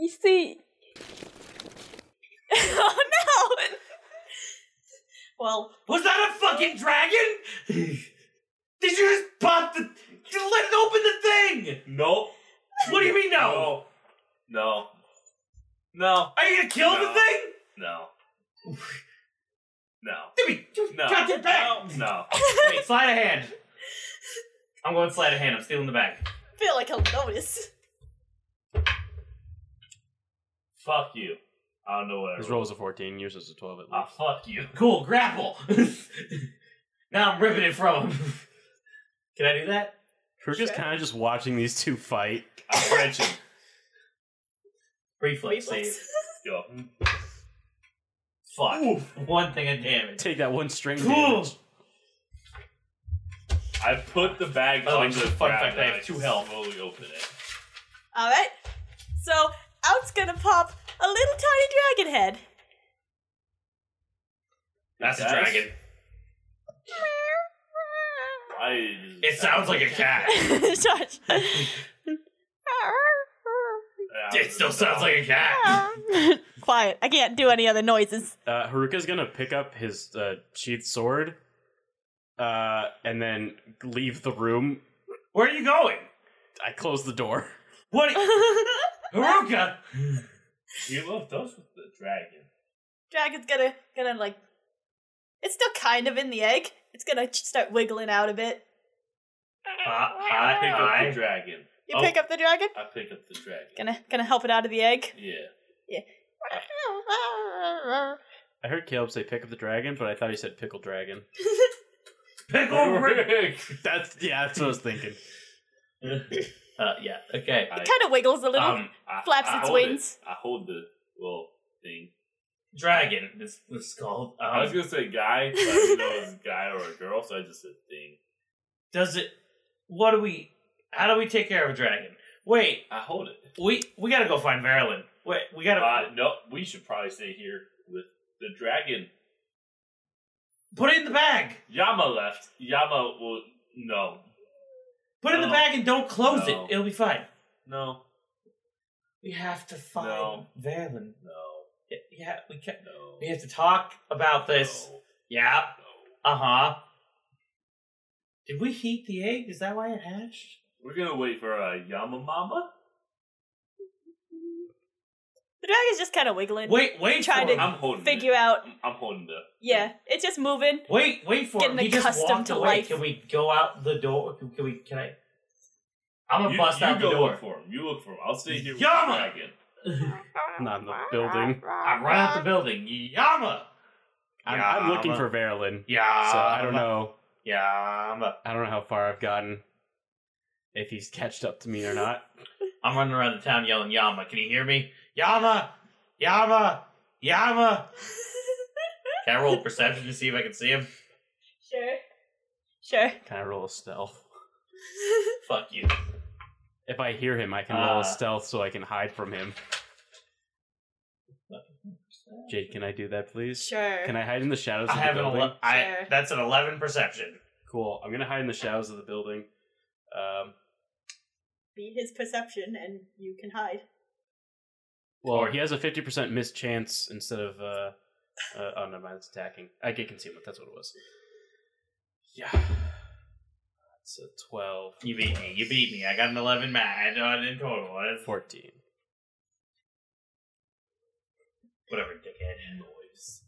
Speaker 3: You see,
Speaker 4: oh no! well,
Speaker 1: Was that a fucking dragon? Did you just pop the? You let it open the thing.
Speaker 5: Nope.
Speaker 1: What do you mean no?
Speaker 5: No. No. No.
Speaker 1: Are you gonna kill the
Speaker 5: No.
Speaker 1: thing?
Speaker 5: No. No.
Speaker 1: Dibby,
Speaker 5: No.
Speaker 1: got that bag.
Speaker 5: No. No.
Speaker 1: Wait, slide a hand. I'm going slide a hand. I'm stealing the bag.
Speaker 4: I feel like he'll notice.
Speaker 1: Fuck you. I don't know what I
Speaker 2: His
Speaker 1: rolled.
Speaker 2: roll was a 14, yours is a 12 at
Speaker 1: Ah,
Speaker 2: least.
Speaker 1: fuck you. Cool, grapple. now I'm ripping it from him. Can I do that?
Speaker 2: Kirk is
Speaker 4: Sure.
Speaker 2: kind of just watching these two fight.
Speaker 1: I'll French him. Reflex
Speaker 4: Reflex.
Speaker 1: save. Go. Fuck. One thing of damage.
Speaker 2: Take that one string
Speaker 1: Cool.
Speaker 2: damage.
Speaker 5: I put the bag
Speaker 1: Oh,
Speaker 5: on the
Speaker 1: just a fun
Speaker 5: grab
Speaker 1: fact, I have
Speaker 5: knife.
Speaker 1: two health.
Speaker 5: Slowly open it.
Speaker 4: All right. So out's gonna pop a little tiny dragon head.
Speaker 1: That's a
Speaker 5: Yes.
Speaker 1: dragon.
Speaker 5: I,
Speaker 1: It sounds like a cat.
Speaker 4: Josh.
Speaker 5: uh,
Speaker 1: It still sounds like a cat.
Speaker 4: Quiet. I can't do any other noises.
Speaker 2: Uh, Haruka's gonna pick up his uh, sheathed sword, uh, and then leave the room.
Speaker 1: Where are you going?
Speaker 2: I close the door.
Speaker 1: What? Haruka!
Speaker 5: You left those with the dragon.
Speaker 4: Dragon's gonna gonna like. It's still kind of in the egg. It's gonna ch- start wiggling out a bit.
Speaker 5: I pick up
Speaker 1: I,
Speaker 5: the dragon.
Speaker 4: You
Speaker 5: Oh.
Speaker 4: pick up the dragon.
Speaker 5: I pick up the dragon.
Speaker 4: Gonna gonna help it out of the egg.
Speaker 5: Yeah.
Speaker 2: I heard Caleb say pick up the dragon, but I thought he said pickle dragon.
Speaker 1: pickle Rick.
Speaker 2: That's yeah, that's what I was thinking.
Speaker 1: Uh, yeah, okay.
Speaker 4: It kind of wiggles a little.
Speaker 1: Um,
Speaker 5: I-
Speaker 4: Flaps
Speaker 5: I
Speaker 4: its
Speaker 5: hold it.
Speaker 4: wings.
Speaker 5: I hold the well thing.
Speaker 1: dragon. This, this is called.
Speaker 5: I was
Speaker 1: Um,
Speaker 5: gonna say guy, but I didn't know it was a guy or a girl, so I just said thing.
Speaker 1: does it. What do we. How do we take care of a dragon? Wait,
Speaker 5: I hold it.
Speaker 1: we we gotta go find Verilyn. Wait, we gotta.
Speaker 5: Uh, no, we should probably stay here with the dragon.
Speaker 1: Put it in the bag.
Speaker 5: Yama left. Yama will no,
Speaker 1: Put it in the
Speaker 5: No.
Speaker 1: bag and don't close
Speaker 5: No.
Speaker 1: it. It'll be fine.
Speaker 5: no,
Speaker 1: We have to find
Speaker 5: No.
Speaker 1: Valen.
Speaker 5: no,
Speaker 1: Yeah, we can.
Speaker 5: no.
Speaker 1: We have to talk about this.
Speaker 5: No,
Speaker 1: Yeah.
Speaker 5: no.
Speaker 1: Uh huh. Did we heat the egg? Is that why it hatched?
Speaker 5: We're gonna wait for uh, Yama Mama.
Speaker 4: the dragon's just kind of wiggling.
Speaker 1: Wait, wait
Speaker 4: Tried
Speaker 1: for
Speaker 4: to-
Speaker 1: him.
Speaker 5: I'm holding.
Speaker 4: Figure
Speaker 5: it.
Speaker 4: out.
Speaker 5: I'm, I'm holding the.
Speaker 4: Yeah, it's just moving.
Speaker 1: Wait, wait for
Speaker 4: Getting
Speaker 1: him. He just
Speaker 4: accustomed
Speaker 1: walked
Speaker 4: to
Speaker 1: away.
Speaker 4: life.
Speaker 1: Can we go out the door? Can, can we? Can I? I'm gonna
Speaker 5: You,
Speaker 1: bust
Speaker 5: you
Speaker 1: out
Speaker 5: go
Speaker 1: the door.
Speaker 5: look for him. You look for him. I'll stay here
Speaker 1: Yama!
Speaker 5: with the dragon.
Speaker 2: Not in the building.
Speaker 1: I'm right out the building. Yama.
Speaker 2: I'm, I'm looking
Speaker 1: Yama.
Speaker 2: for Verilyn,
Speaker 1: Yama.
Speaker 2: so I don't know.
Speaker 1: Yama.
Speaker 2: I don't know how far I've gotten. If he's catched up to me or not.
Speaker 1: I'm running around the town yelling Yama. Can you hear me? Yama! Yama! Yama! Can I roll perception to see if I can see him?
Speaker 4: Sure. Sure.
Speaker 2: Can I roll a stealth?
Speaker 1: Fuck you.
Speaker 2: If I hear him, I can roll
Speaker 1: Uh.
Speaker 2: a stealth so I can hide from him. Jade, can I do that, please?
Speaker 4: Sure.
Speaker 2: Can I hide in the shadows
Speaker 1: I
Speaker 2: of the
Speaker 1: have an
Speaker 2: building?
Speaker 1: ele- I,
Speaker 4: Sure.
Speaker 1: that's an 11 perception.
Speaker 2: cool. I'm gonna hide in the shadows of the building. Um,
Speaker 4: Beat his perception, and you can hide.
Speaker 2: well, he has a 50% miss chance instead of. Uh, uh, oh, no, mine's attacking. I get concealment. That's what it was. Yeah. It's a 12.
Speaker 1: You beat me. You beat me. I got an 11 mad on in total. That's
Speaker 2: 14.
Speaker 1: whatever, dickhead. Noise.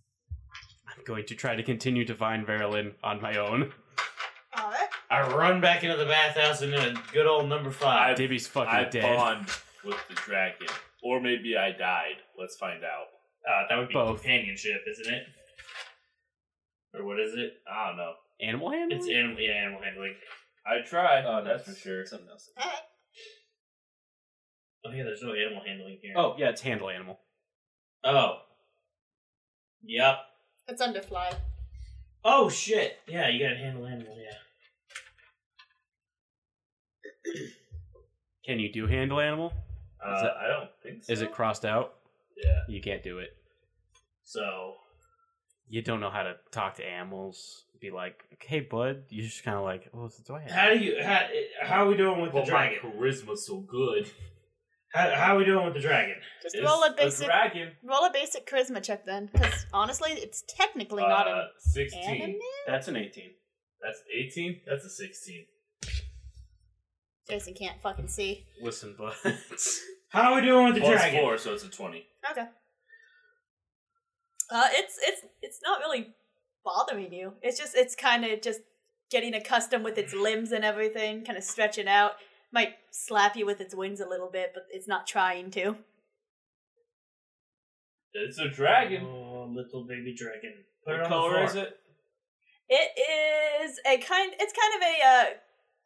Speaker 2: I'm going to try to continue to find Verilyn on my own.
Speaker 4: All right.
Speaker 1: I run back into the bathhouse and in a good old number five.
Speaker 2: Dibby's fucking
Speaker 5: I
Speaker 2: dead.
Speaker 5: bond with the dragon, or maybe I died. Let's find out.
Speaker 1: Uh, that would be
Speaker 2: Both.
Speaker 1: companionship, isn't it? Or what is it? I don't know.
Speaker 2: Animal handling?
Speaker 1: It's animal, yeah, animal handling.
Speaker 5: I tried.
Speaker 7: Oh,
Speaker 5: that's
Speaker 7: no,
Speaker 5: for sure.
Speaker 7: Something else.
Speaker 4: Eh.
Speaker 1: Oh, yeah, there's no animal handling here.
Speaker 2: Oh, yeah, it's handle animal.
Speaker 1: Oh. Yep.
Speaker 4: It's under fly.
Speaker 1: Oh shit! Yeah, you gotta handle animal. Yeah.
Speaker 2: Can you do handle animal?
Speaker 1: Uh,
Speaker 2: it-
Speaker 1: I don't think so.
Speaker 2: Is it crossed out?
Speaker 1: Yeah.
Speaker 2: You can't do it.
Speaker 1: So
Speaker 2: You don't know how to talk to animals. Be like, okay, bud. You're just kind of like, oh, do I have?
Speaker 1: how do you how how are we doing with the dragon?
Speaker 5: charisma's so good.
Speaker 1: How, how are we doing with the dragon?
Speaker 4: Just
Speaker 5: It's
Speaker 4: roll a
Speaker 5: a
Speaker 4: basic
Speaker 5: dragon.
Speaker 4: roll a basic charisma check then, because honestly, it's technically not
Speaker 5: Uh,
Speaker 4: an
Speaker 5: Sixteen.
Speaker 4: anime.
Speaker 2: That's an 18.
Speaker 5: That's eighteen. That's a sixteen.
Speaker 4: Jason can't fucking see.
Speaker 2: Listen, bud.
Speaker 1: How are we doing with the
Speaker 5: Plus
Speaker 1: dragon?
Speaker 5: four, so it's a twenty.
Speaker 4: Okay. Uh, it's it's it's not really bothering you. It's just it's kind of just getting accustomed with its limbs and everything, kind of stretching out. Might slap you with its wings a little bit, but it's not trying to.
Speaker 5: It's a dragon.
Speaker 1: Oh, little baby dragon. Put it
Speaker 5: What
Speaker 1: on
Speaker 5: color
Speaker 1: the floor.
Speaker 5: is it?
Speaker 4: It is a kind. It's kind of a uh,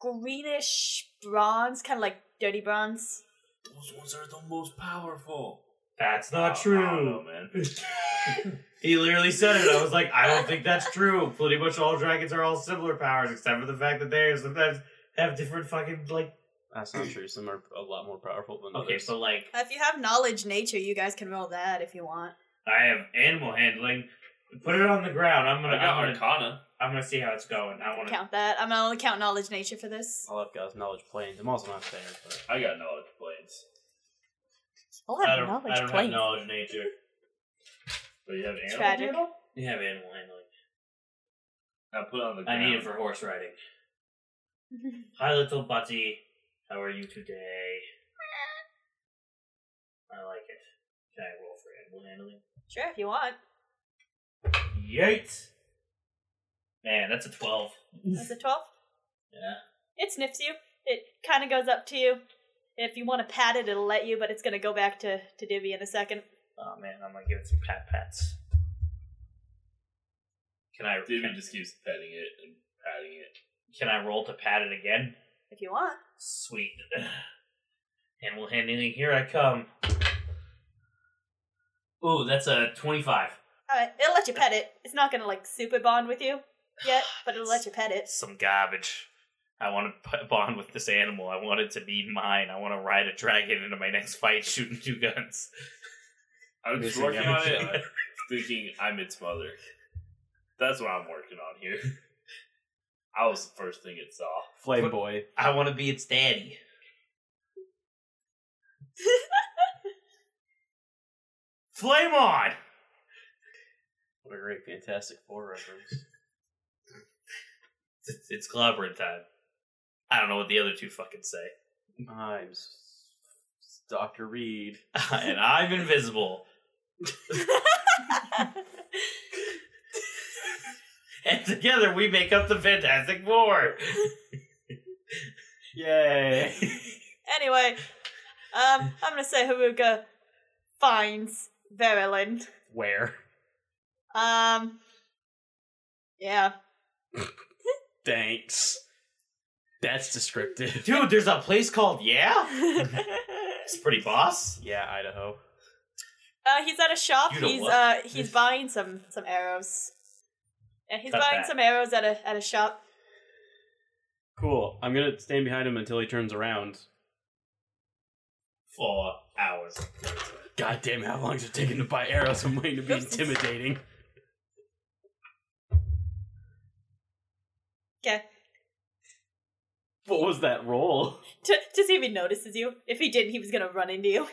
Speaker 4: greenish bronze, kind of like dirty bronze.
Speaker 5: Oh, Those ones are the most powerful.
Speaker 1: That's not
Speaker 5: Oh, I don't- I don't
Speaker 1: true.
Speaker 5: know, man.
Speaker 1: He literally said it. I was like, I don't think that's true. Pretty much all dragons are all similar powers, except for the fact that they sometimes have different fucking like.
Speaker 2: That's not true. Some are a lot more powerful than
Speaker 1: Okay,
Speaker 2: others.
Speaker 1: so like,
Speaker 4: If you have knowledge nature, you guys can roll that if you want.
Speaker 1: I have animal handling. Put it on the ground. I'm gonna.
Speaker 5: I got
Speaker 1: I'm gonna,
Speaker 5: Arcana.
Speaker 1: I'm gonna see how it's going. I want to.
Speaker 4: Count that. I'm gonna only count knowledge nature for this.
Speaker 1: Oh,
Speaker 2: I'll have guys knowledge planes. I'm also not there, but
Speaker 5: I got knowledge planes.
Speaker 4: I'll
Speaker 1: I
Speaker 4: have
Speaker 1: don't.
Speaker 4: knowledge
Speaker 1: I don't
Speaker 4: planes.
Speaker 1: have knowledge of nature.
Speaker 5: But you have animal.
Speaker 4: Tragic.
Speaker 5: handle?
Speaker 1: You have animal handling.
Speaker 5: I put it on the
Speaker 1: I
Speaker 5: ground.
Speaker 1: need it for horse riding. Hi, little buddy. How are you today? I like it. Can I roll for animal handling?
Speaker 4: Sure, if you want.
Speaker 1: Yikes! Man, that's a 12.
Speaker 4: That's a twelve.
Speaker 1: Yeah.
Speaker 4: It sniffs you. It kind of goes up to you. If you want to pat it, it'll let you, but it's gonna go back to to Divvy in a second.
Speaker 1: Oh man, I'm gonna give it some pat pats. Can I
Speaker 5: Divvy
Speaker 1: can,
Speaker 5: just keeps petting it and patting it.
Speaker 1: can I roll to pat it again?
Speaker 4: If you want.
Speaker 1: Sweet. Animal handling, here I come. Ooh, that's a 25.
Speaker 4: All right, it'll let you pet it. It's not gonna like super bond with you yet, but it'll let you pet it.
Speaker 1: Some garbage. I want to p- bond with this animal. I want it to be mine. I want to ride a dragon into my next fight shooting two guns.
Speaker 5: I was
Speaker 2: Missing
Speaker 5: working on it,
Speaker 1: everything.
Speaker 5: thinking I'm its mother. That's what I'm working on here. I was the first thing it saw.
Speaker 2: Flame
Speaker 1: But-
Speaker 2: Boy.
Speaker 1: I want to be its daddy. Flame on!
Speaker 2: What a great Fantastic Four reference.
Speaker 1: It's, it's clobbering time. I don't know what the other two fucking say.
Speaker 2: I'm Doctor Reed.
Speaker 1: and I'm invisible. And together we make up the Fantastic Four.
Speaker 2: Yay!
Speaker 4: anyway, um, I'm gonna say Haruka finds Verilyn.
Speaker 2: Where?
Speaker 4: Um, yeah,
Speaker 2: Thanks. That's descriptive.
Speaker 1: Dude, there's a place called Yeah?
Speaker 4: uh,
Speaker 1: It's pretty boss.
Speaker 2: Yeah, Idaho.
Speaker 4: he's at a shop.
Speaker 1: You know
Speaker 4: He's
Speaker 1: what?
Speaker 4: uh, he's buying some some arrows. And he's
Speaker 1: Cut
Speaker 4: buying
Speaker 1: that.
Speaker 4: some arrows at a at a shop.
Speaker 2: Cool. I'm gonna stand behind him until he turns around.
Speaker 1: Four hours.
Speaker 2: God damn, how long is it taking to buy arrows? I'm waiting to be
Speaker 4: Oops.
Speaker 2: intimidating.
Speaker 4: Okay,
Speaker 2: What was that roll?
Speaker 4: to to see if he notices you. If he didn't, he was gonna run into you.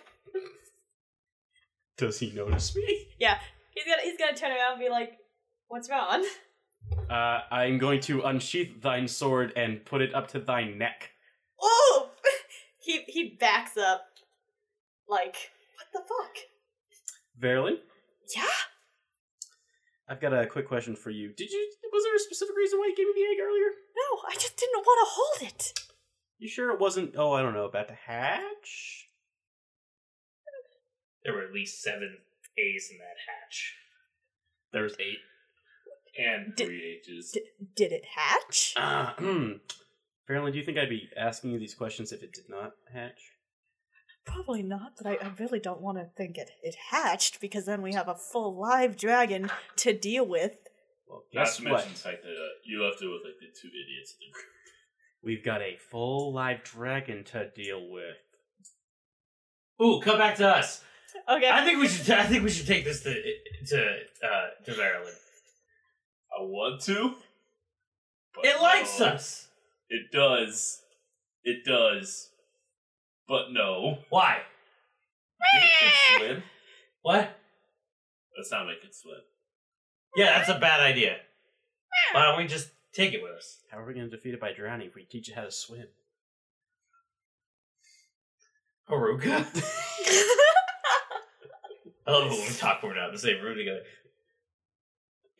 Speaker 2: Does he notice me?
Speaker 4: He's gonna he's gonna turn around and be like, "What's wrong?"
Speaker 2: Uh, I'm going to unsheath thine sword and put it up to thy neck.
Speaker 4: Oh! he he backs up. Like, what the fuck?
Speaker 2: Verlin,
Speaker 4: Yeah.
Speaker 2: I've got a quick question for you. Did you? Was there a specific reason why you gave me the egg earlier?
Speaker 4: No, I just didn't want to hold it.
Speaker 2: You sure it wasn't? Oh, I don't know. About to hatch?
Speaker 1: There were at least seven A's in that hatch.
Speaker 2: There's eight.
Speaker 5: And
Speaker 4: Di-
Speaker 5: three H's.
Speaker 4: Did it hatch?
Speaker 1: Uh.
Speaker 2: Ah, hmm. Verlin, do you think I'd be asking you these questions if it did not hatch?
Speaker 4: Probably not, but I, I really don't want to think it, it hatched because then we have a full live dragon to deal with.
Speaker 2: Well,
Speaker 5: Not
Speaker 2: guess
Speaker 5: to mention
Speaker 2: what?
Speaker 5: the fact that uh, you left it with like the two idiots in the group.
Speaker 2: We've got a full live dragon to deal with.
Speaker 1: Ooh, come back to us.
Speaker 4: Okay.
Speaker 1: I think we should. I think we should take this to to uh, to Maryland.
Speaker 5: I want to. but
Speaker 1: It likes
Speaker 5: no.
Speaker 1: us.
Speaker 5: It does. It does. But no.
Speaker 1: Why?
Speaker 5: It can swim.
Speaker 1: What?
Speaker 5: Let's not make it swim.
Speaker 1: Yeah, that's a bad idea. Why don't we just take it with us?
Speaker 2: How are we going to defeat it by drowning if we teach it how to swim?
Speaker 1: Haruka? I love it when we talk when we're not in the same room together.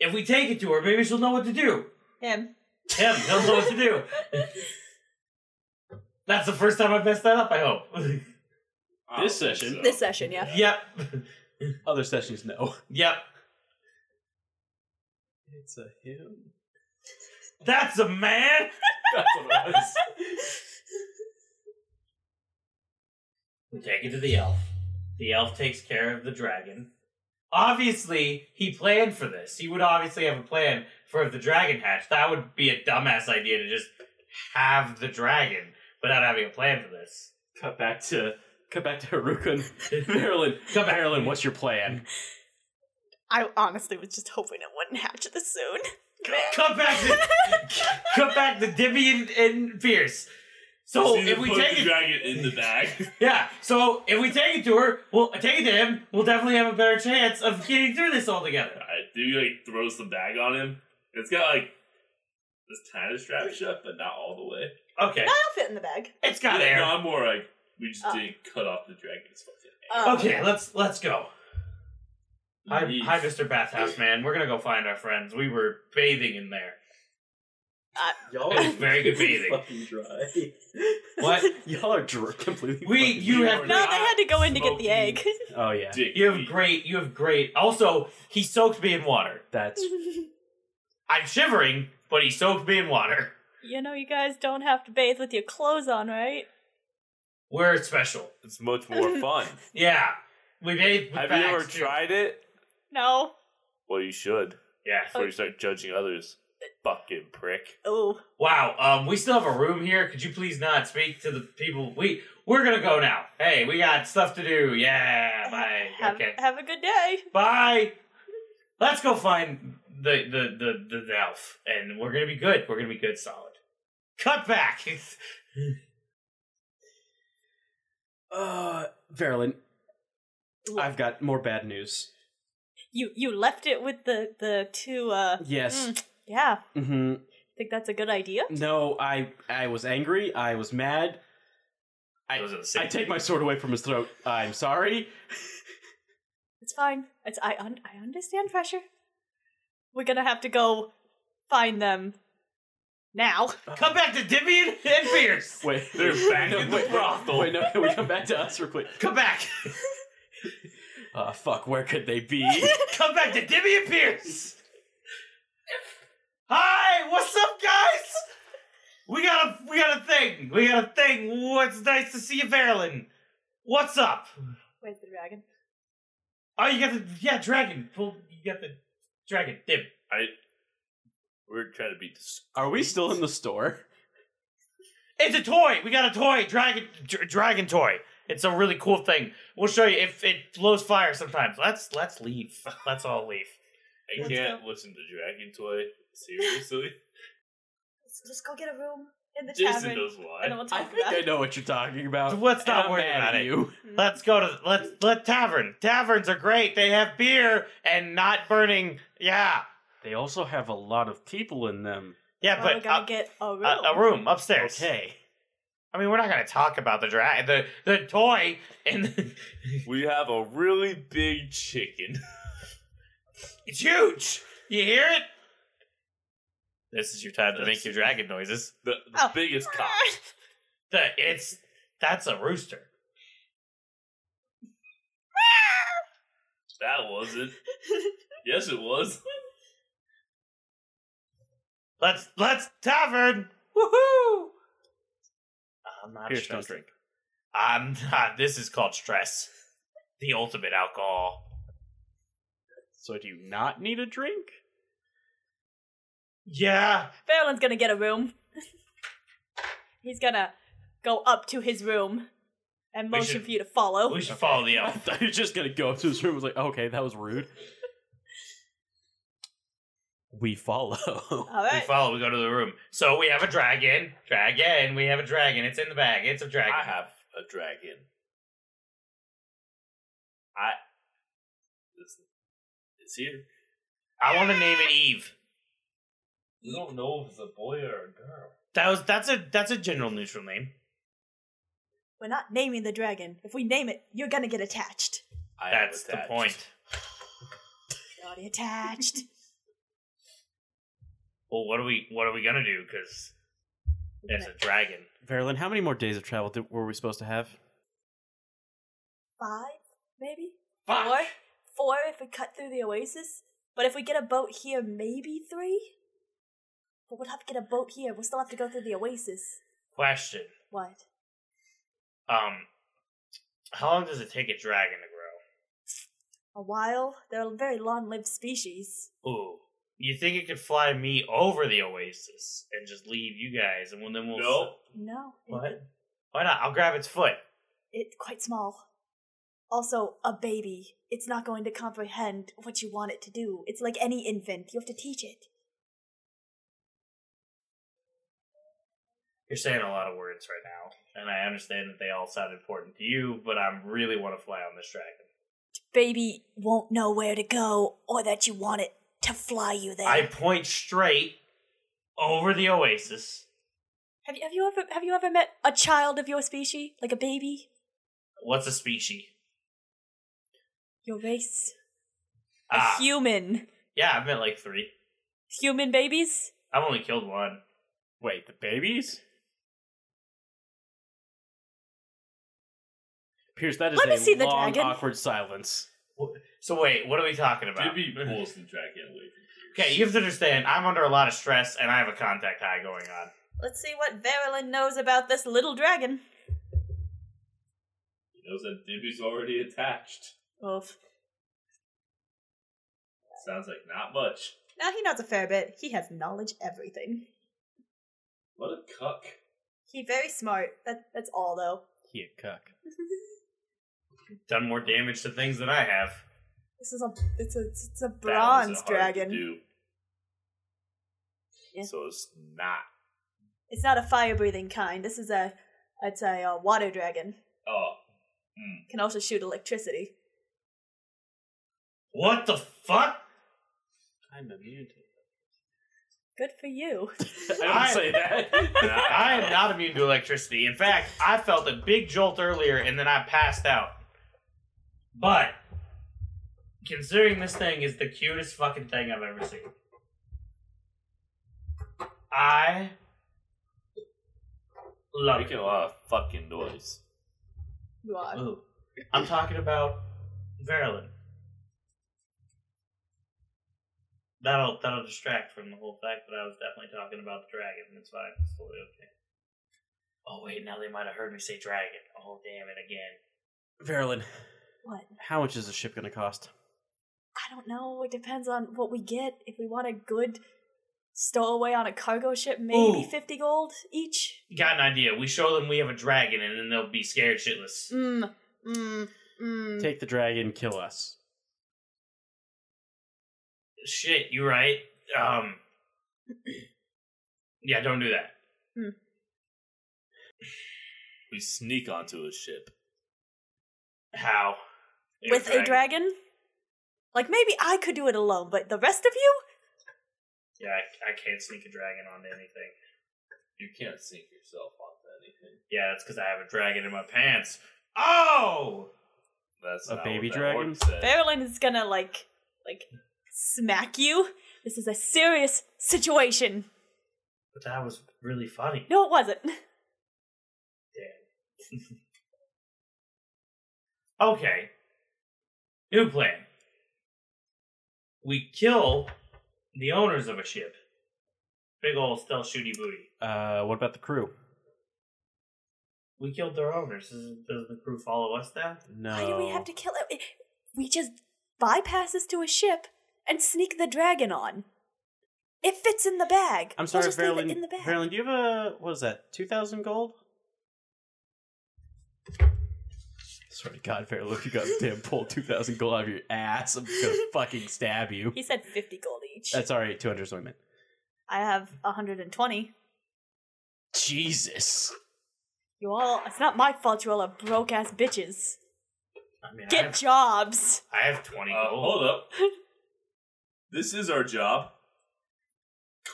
Speaker 1: If we take it to her, maybe she'll know what to do.
Speaker 4: Him.
Speaker 1: Him, he'll know what to do. That's the first time I've messed that up, I hope.
Speaker 5: I
Speaker 2: This
Speaker 5: don't think
Speaker 2: session?
Speaker 5: so.
Speaker 4: This session, yeah.
Speaker 1: yep.
Speaker 2: Other sessions, no.
Speaker 1: Yep.
Speaker 2: It's a him.
Speaker 1: That's a man.
Speaker 5: That's what it was.
Speaker 1: We take it to the elf. The elf takes care of the dragon. Obviously, he planned for this. He would obviously have a plan for if the dragon hatched. That would be a dumbass idea to just have the dragon without having a plan for this.
Speaker 2: Cut back to cut back to Haruka and Marilyn. Cut back. Marilyn, what's your plan?
Speaker 4: I honestly was just hoping it wouldn't hatch this soon.
Speaker 1: Cut back the cut back the Dibby and, and Pierce. So
Speaker 5: Just
Speaker 1: if we
Speaker 5: put
Speaker 1: take
Speaker 5: the
Speaker 1: it,
Speaker 5: dragon in the bag,
Speaker 1: yeah. So if we take it to her, we'll take it to him. We'll definitely have a better chance of getting through this altogether.
Speaker 5: I do like throws the bag on him. It's got like this kind of strap shut, but not all the way.
Speaker 1: Okay,
Speaker 4: I'll fit in the bag.
Speaker 1: it's got
Speaker 5: Yeah, No,
Speaker 1: air.
Speaker 5: I'm more like we just
Speaker 4: Oh.
Speaker 5: didn't cut off the dragon's fucking. head.
Speaker 4: Um,
Speaker 1: Okay, let's let's go. Hi,
Speaker 5: Yeesh.
Speaker 1: hi, Mr. Bathhouse Man. We're gonna go find our friends. We were bathing in there.
Speaker 4: Uh,
Speaker 7: Y'all
Speaker 1: It's very good bathing.
Speaker 7: Fucking dry.
Speaker 1: What?
Speaker 2: Y'all are dr- completely.
Speaker 1: We,
Speaker 2: fucking-
Speaker 1: you have
Speaker 4: No, they had to go in to get the egg.
Speaker 2: Oh yeah,
Speaker 5: Dick
Speaker 1: you have
Speaker 5: eat.
Speaker 1: great, you have great. Also, he soaked me in water.
Speaker 2: that's
Speaker 1: I'm shivering, but he soaked me in water.
Speaker 4: you know, you guys don't have to bathe with your clothes on, right?
Speaker 1: We're special.
Speaker 8: It's much more fun.
Speaker 1: Yeah, we bathed. With
Speaker 8: Have you
Speaker 1: bags,
Speaker 8: ever
Speaker 1: too.
Speaker 8: tried it?
Speaker 4: No.
Speaker 8: Well, you should
Speaker 1: Yeah.
Speaker 8: before you start judging others. Fucking prick.
Speaker 4: Oh,
Speaker 1: Wow. Um, we still have a room here. Could you please not speak to the people? We we're gonna go now. Hey, we got stuff to do. Yeah. Bye.
Speaker 4: have,
Speaker 1: okay.
Speaker 4: have a good day.
Speaker 1: Bye. Let's go find the the the the, the elf, and we're gonna be good. We're gonna be good, solid. Cut back.
Speaker 2: uh, Marilyn. I've got more bad news.
Speaker 4: You you left it with the the two. uh
Speaker 2: Yes.
Speaker 4: Mm. Yeah,
Speaker 2: hmm
Speaker 4: think that's a good idea.
Speaker 2: No, I I was angry. I was mad. I-
Speaker 1: Those are the
Speaker 2: I
Speaker 1: same.
Speaker 2: take my sword away from his throat. I'm sorry.
Speaker 4: It's fine. It's I un- I understand pressure. We're gonna have to go find them now.
Speaker 1: Cut back to Dibby and, and Pierce.
Speaker 2: Wait,
Speaker 5: They're back in the
Speaker 2: wait,
Speaker 5: brothel.
Speaker 2: Wait, no, can we come back to us real quick?
Speaker 1: Come back.
Speaker 2: Uh, fuck, where could they be?
Speaker 1: Come back to Dibby and Pierce. Hi, what's up, guys? We got a we got a thing. We got a thing. What's nice to see you, Marilyn. What's up?
Speaker 4: Where's the dragon?
Speaker 1: Oh, you got the yeah dragon. Well, you got the dragon. Dib.
Speaker 5: We're trying to beat this.
Speaker 2: Are we still in the store?
Speaker 1: It's a toy. We got a toy, dragon, dr- dragon toy. It's a really cool thing. We'll show you if it blows fire sometimes. Let's let's leave. Let's all leave.
Speaker 5: I
Speaker 4: Let's
Speaker 5: can't listen to Dragon Toy seriously.
Speaker 4: Let's just go get a room in the
Speaker 5: Jason
Speaker 4: tavern,
Speaker 5: knows
Speaker 4: and then
Speaker 5: why.
Speaker 4: we'll
Speaker 2: I
Speaker 4: talk
Speaker 2: think
Speaker 4: about
Speaker 2: I
Speaker 4: it.
Speaker 2: know what you're talking about.
Speaker 1: Let's not
Speaker 2: and I'm
Speaker 1: worry
Speaker 2: mad
Speaker 1: about
Speaker 2: at
Speaker 1: it.
Speaker 2: you.
Speaker 4: Mm.
Speaker 1: Let's go to let's let tavern. Taverns are great. They have beer and not burning. Yeah,
Speaker 2: They also have a lot of people in them.
Speaker 1: yeah,
Speaker 4: Well, we're
Speaker 1: but
Speaker 4: gonna
Speaker 1: up-
Speaker 4: get a room.
Speaker 1: a, a room upstairs.
Speaker 2: Okay.
Speaker 1: I mean, we're not gonna talk about the dragon, the the toy, and
Speaker 8: We have a really big chicken.
Speaker 1: it's huge. You hear it? This is your time to make your dragon noises.
Speaker 8: The, the
Speaker 4: Oh.
Speaker 8: biggest cock.
Speaker 1: The it's that's a rooster.
Speaker 5: That wasn't. Yes, it was.
Speaker 1: Let's let's tavern. Woohoo! I'm not
Speaker 2: Pierce,
Speaker 1: stressed.
Speaker 2: don't drink.
Speaker 1: I'm not. This is called stress. The ultimate alcohol.
Speaker 2: So do you not need a drink?
Speaker 1: Yeah.
Speaker 4: Berlin's gonna get a room. He's gonna go up to his room and
Speaker 1: We
Speaker 4: motion
Speaker 1: should-
Speaker 4: for you to follow.
Speaker 1: We should follow the
Speaker 2: I
Speaker 1: elf.
Speaker 2: thought you were just gonna go to his room. and was like, okay, that was rude. We follow.
Speaker 4: All
Speaker 1: We
Speaker 4: right.
Speaker 1: follow. We go to the room. So we have a dragon. Dragon. We have a dragon. It's in the bag. It's a dragon.
Speaker 5: I have a dragon. I. It's, it's here.
Speaker 1: I want to name it Eve.
Speaker 5: We don't know if it's a boy or a girl.
Speaker 1: That was that's a that's a general neutral name.
Speaker 4: We're not naming the dragon. If we name it, you're gonna get attached.
Speaker 5: I am
Speaker 1: That's the
Speaker 5: attached.
Speaker 1: point.
Speaker 4: You're already attached.
Speaker 1: Well, what are we what are we gonna do? Because there's a dragon.
Speaker 2: Verilyn, how many more days of travel did, were we supposed to have?
Speaker 4: Five, maybe?
Speaker 1: Fuck.
Speaker 4: Four? four if we cut through the oasis. But if we get a boat here, maybe three. But we'll have to get a boat here. We'll still have to go through the oasis.
Speaker 1: Question.
Speaker 4: What?
Speaker 1: Um, how long does it take a dragon to grow?
Speaker 4: A while? They're a very long-lived species.
Speaker 1: Ooh. You think it could fly me over the oasis and just leave you guys, and then we'll.
Speaker 5: Nope.
Speaker 4: No. it-
Speaker 1: What? Why not? I'll grab its foot.
Speaker 4: It's quite small. Also, a baby. It's not going to comprehend what you want it to do. It's like any infant. You have to teach it.
Speaker 1: You're saying a lot of words right now, and I understand that they all sound important to you, but I really want to fly on this dragon.
Speaker 4: Baby won't know where to go or that you want it to fly you there.
Speaker 1: I point straight over the oasis.
Speaker 4: Have you have you ever have you ever met a child of your species, like a baby,
Speaker 1: What's a species?
Speaker 4: your race, a
Speaker 1: Ah,
Speaker 4: human,
Speaker 1: yeah, I've met like three.
Speaker 4: human babies?
Speaker 1: I've only killed one.
Speaker 2: Wait, the babies? Pierce, that is
Speaker 4: Let me
Speaker 2: a
Speaker 4: see the
Speaker 2: long,
Speaker 4: dragon.
Speaker 2: awkward silence.
Speaker 1: So wait, what are we talking about?
Speaker 5: Jibby pulls the dragon away from Pierce.
Speaker 1: Okay, you have to understand, I'm under a lot of stress and I have a contact high going on.
Speaker 4: Let's see what Verilyn knows about this little dragon.
Speaker 5: He knows that Dibby's already attached.
Speaker 4: Oof.
Speaker 5: Sounds like not much.
Speaker 4: Now he knows a fair bit. He has knowledge everything.
Speaker 5: What a cuck.
Speaker 4: He very smart. That that's all though.
Speaker 2: He a cuck.
Speaker 1: Done more damage to things than I have.
Speaker 4: This is a it's a it's a
Speaker 5: That was a
Speaker 4: bronze
Speaker 5: hard to
Speaker 4: dragon.
Speaker 5: do.
Speaker 4: Yeah.
Speaker 5: So it's not.
Speaker 4: It's not a fire breathing kind. This is a it's a uh, water dragon.
Speaker 5: Oh,
Speaker 4: Can also shoot electricity.
Speaker 1: What the fuck?
Speaker 2: I'm immune to
Speaker 4: Good for you.
Speaker 2: I don't
Speaker 1: I-
Speaker 2: say that.
Speaker 1: I am not immune to electricity. In fact, I felt a big jolt earlier and then I passed out. But considering this thing is the cutest fucking thing I've ever seen. I love it.
Speaker 8: Making a lot of fucking noise.
Speaker 4: You are.
Speaker 1: Ooh. I'm talking about Verilyn. That'll that'll distract from the whole fact that I was definitely talking about the dragon. That's fine. It's totally okay. Oh wait, now they might have heard me say dragon. Oh damn it again.
Speaker 2: Verilyn,
Speaker 4: What?
Speaker 2: how much is the ship going to cost?
Speaker 4: I don't know. It depends on what we get. If we want a good stowaway on a cargo ship, maybe
Speaker 1: Ooh.
Speaker 4: 50 gold each.
Speaker 1: Got an idea. We show them we have a dragon and then they'll be scared shitless.
Speaker 4: Mm, mm, mm.
Speaker 2: Take the dragon, kill us.
Speaker 1: Shit, you right. Um Yeah, don't do that.
Speaker 4: Hmm.
Speaker 8: We sneak onto a ship.
Speaker 1: How?
Speaker 4: With a dragon? Like, maybe I could do it alone, but the rest of you?
Speaker 1: Yeah, I, I can't sneak a dragon onto anything.
Speaker 5: you can't sink yourself onto anything.
Speaker 1: Yeah, that's because I have a dragon in my pants. Oh!
Speaker 5: That's
Speaker 2: A
Speaker 5: not
Speaker 2: baby
Speaker 5: what that
Speaker 2: dragon?
Speaker 5: orc said.
Speaker 4: Verilyn is gonna, like, like, smack you. This is a serious situation.
Speaker 1: But that was really funny.
Speaker 4: No, it wasn't.
Speaker 1: Okay. New plan. We kill the owners of a ship. Big ol' stealth shooty booty.
Speaker 2: Uh, what about the crew?
Speaker 1: We killed their owners. Does, does the crew follow us now?
Speaker 2: No.
Speaker 4: Why do we have to kill it? We just bypass this to a ship and sneak the dragon on. It fits in the bag.
Speaker 2: I'm
Speaker 4: We'll
Speaker 2: sorry,
Speaker 4: just leave it
Speaker 2: Verilyn.
Speaker 4: in the bag.
Speaker 2: Verilyn, do you have a what is that? Two thousand gold? Sorry, God, Verilyn, if you got damn pull two thousand gold out of your ass, I'm gonna fucking stab you.
Speaker 4: He said 50 gold each.
Speaker 2: That's alright, two hundred is what I meant.
Speaker 4: I have 120.
Speaker 2: Jesus.
Speaker 4: You all, it's not my fault you all are broke ass bitches.
Speaker 1: I mean, I
Speaker 4: Get
Speaker 1: have,
Speaker 4: jobs.
Speaker 1: I have 20
Speaker 5: Uh,
Speaker 1: gold.
Speaker 5: hold up. this is our job.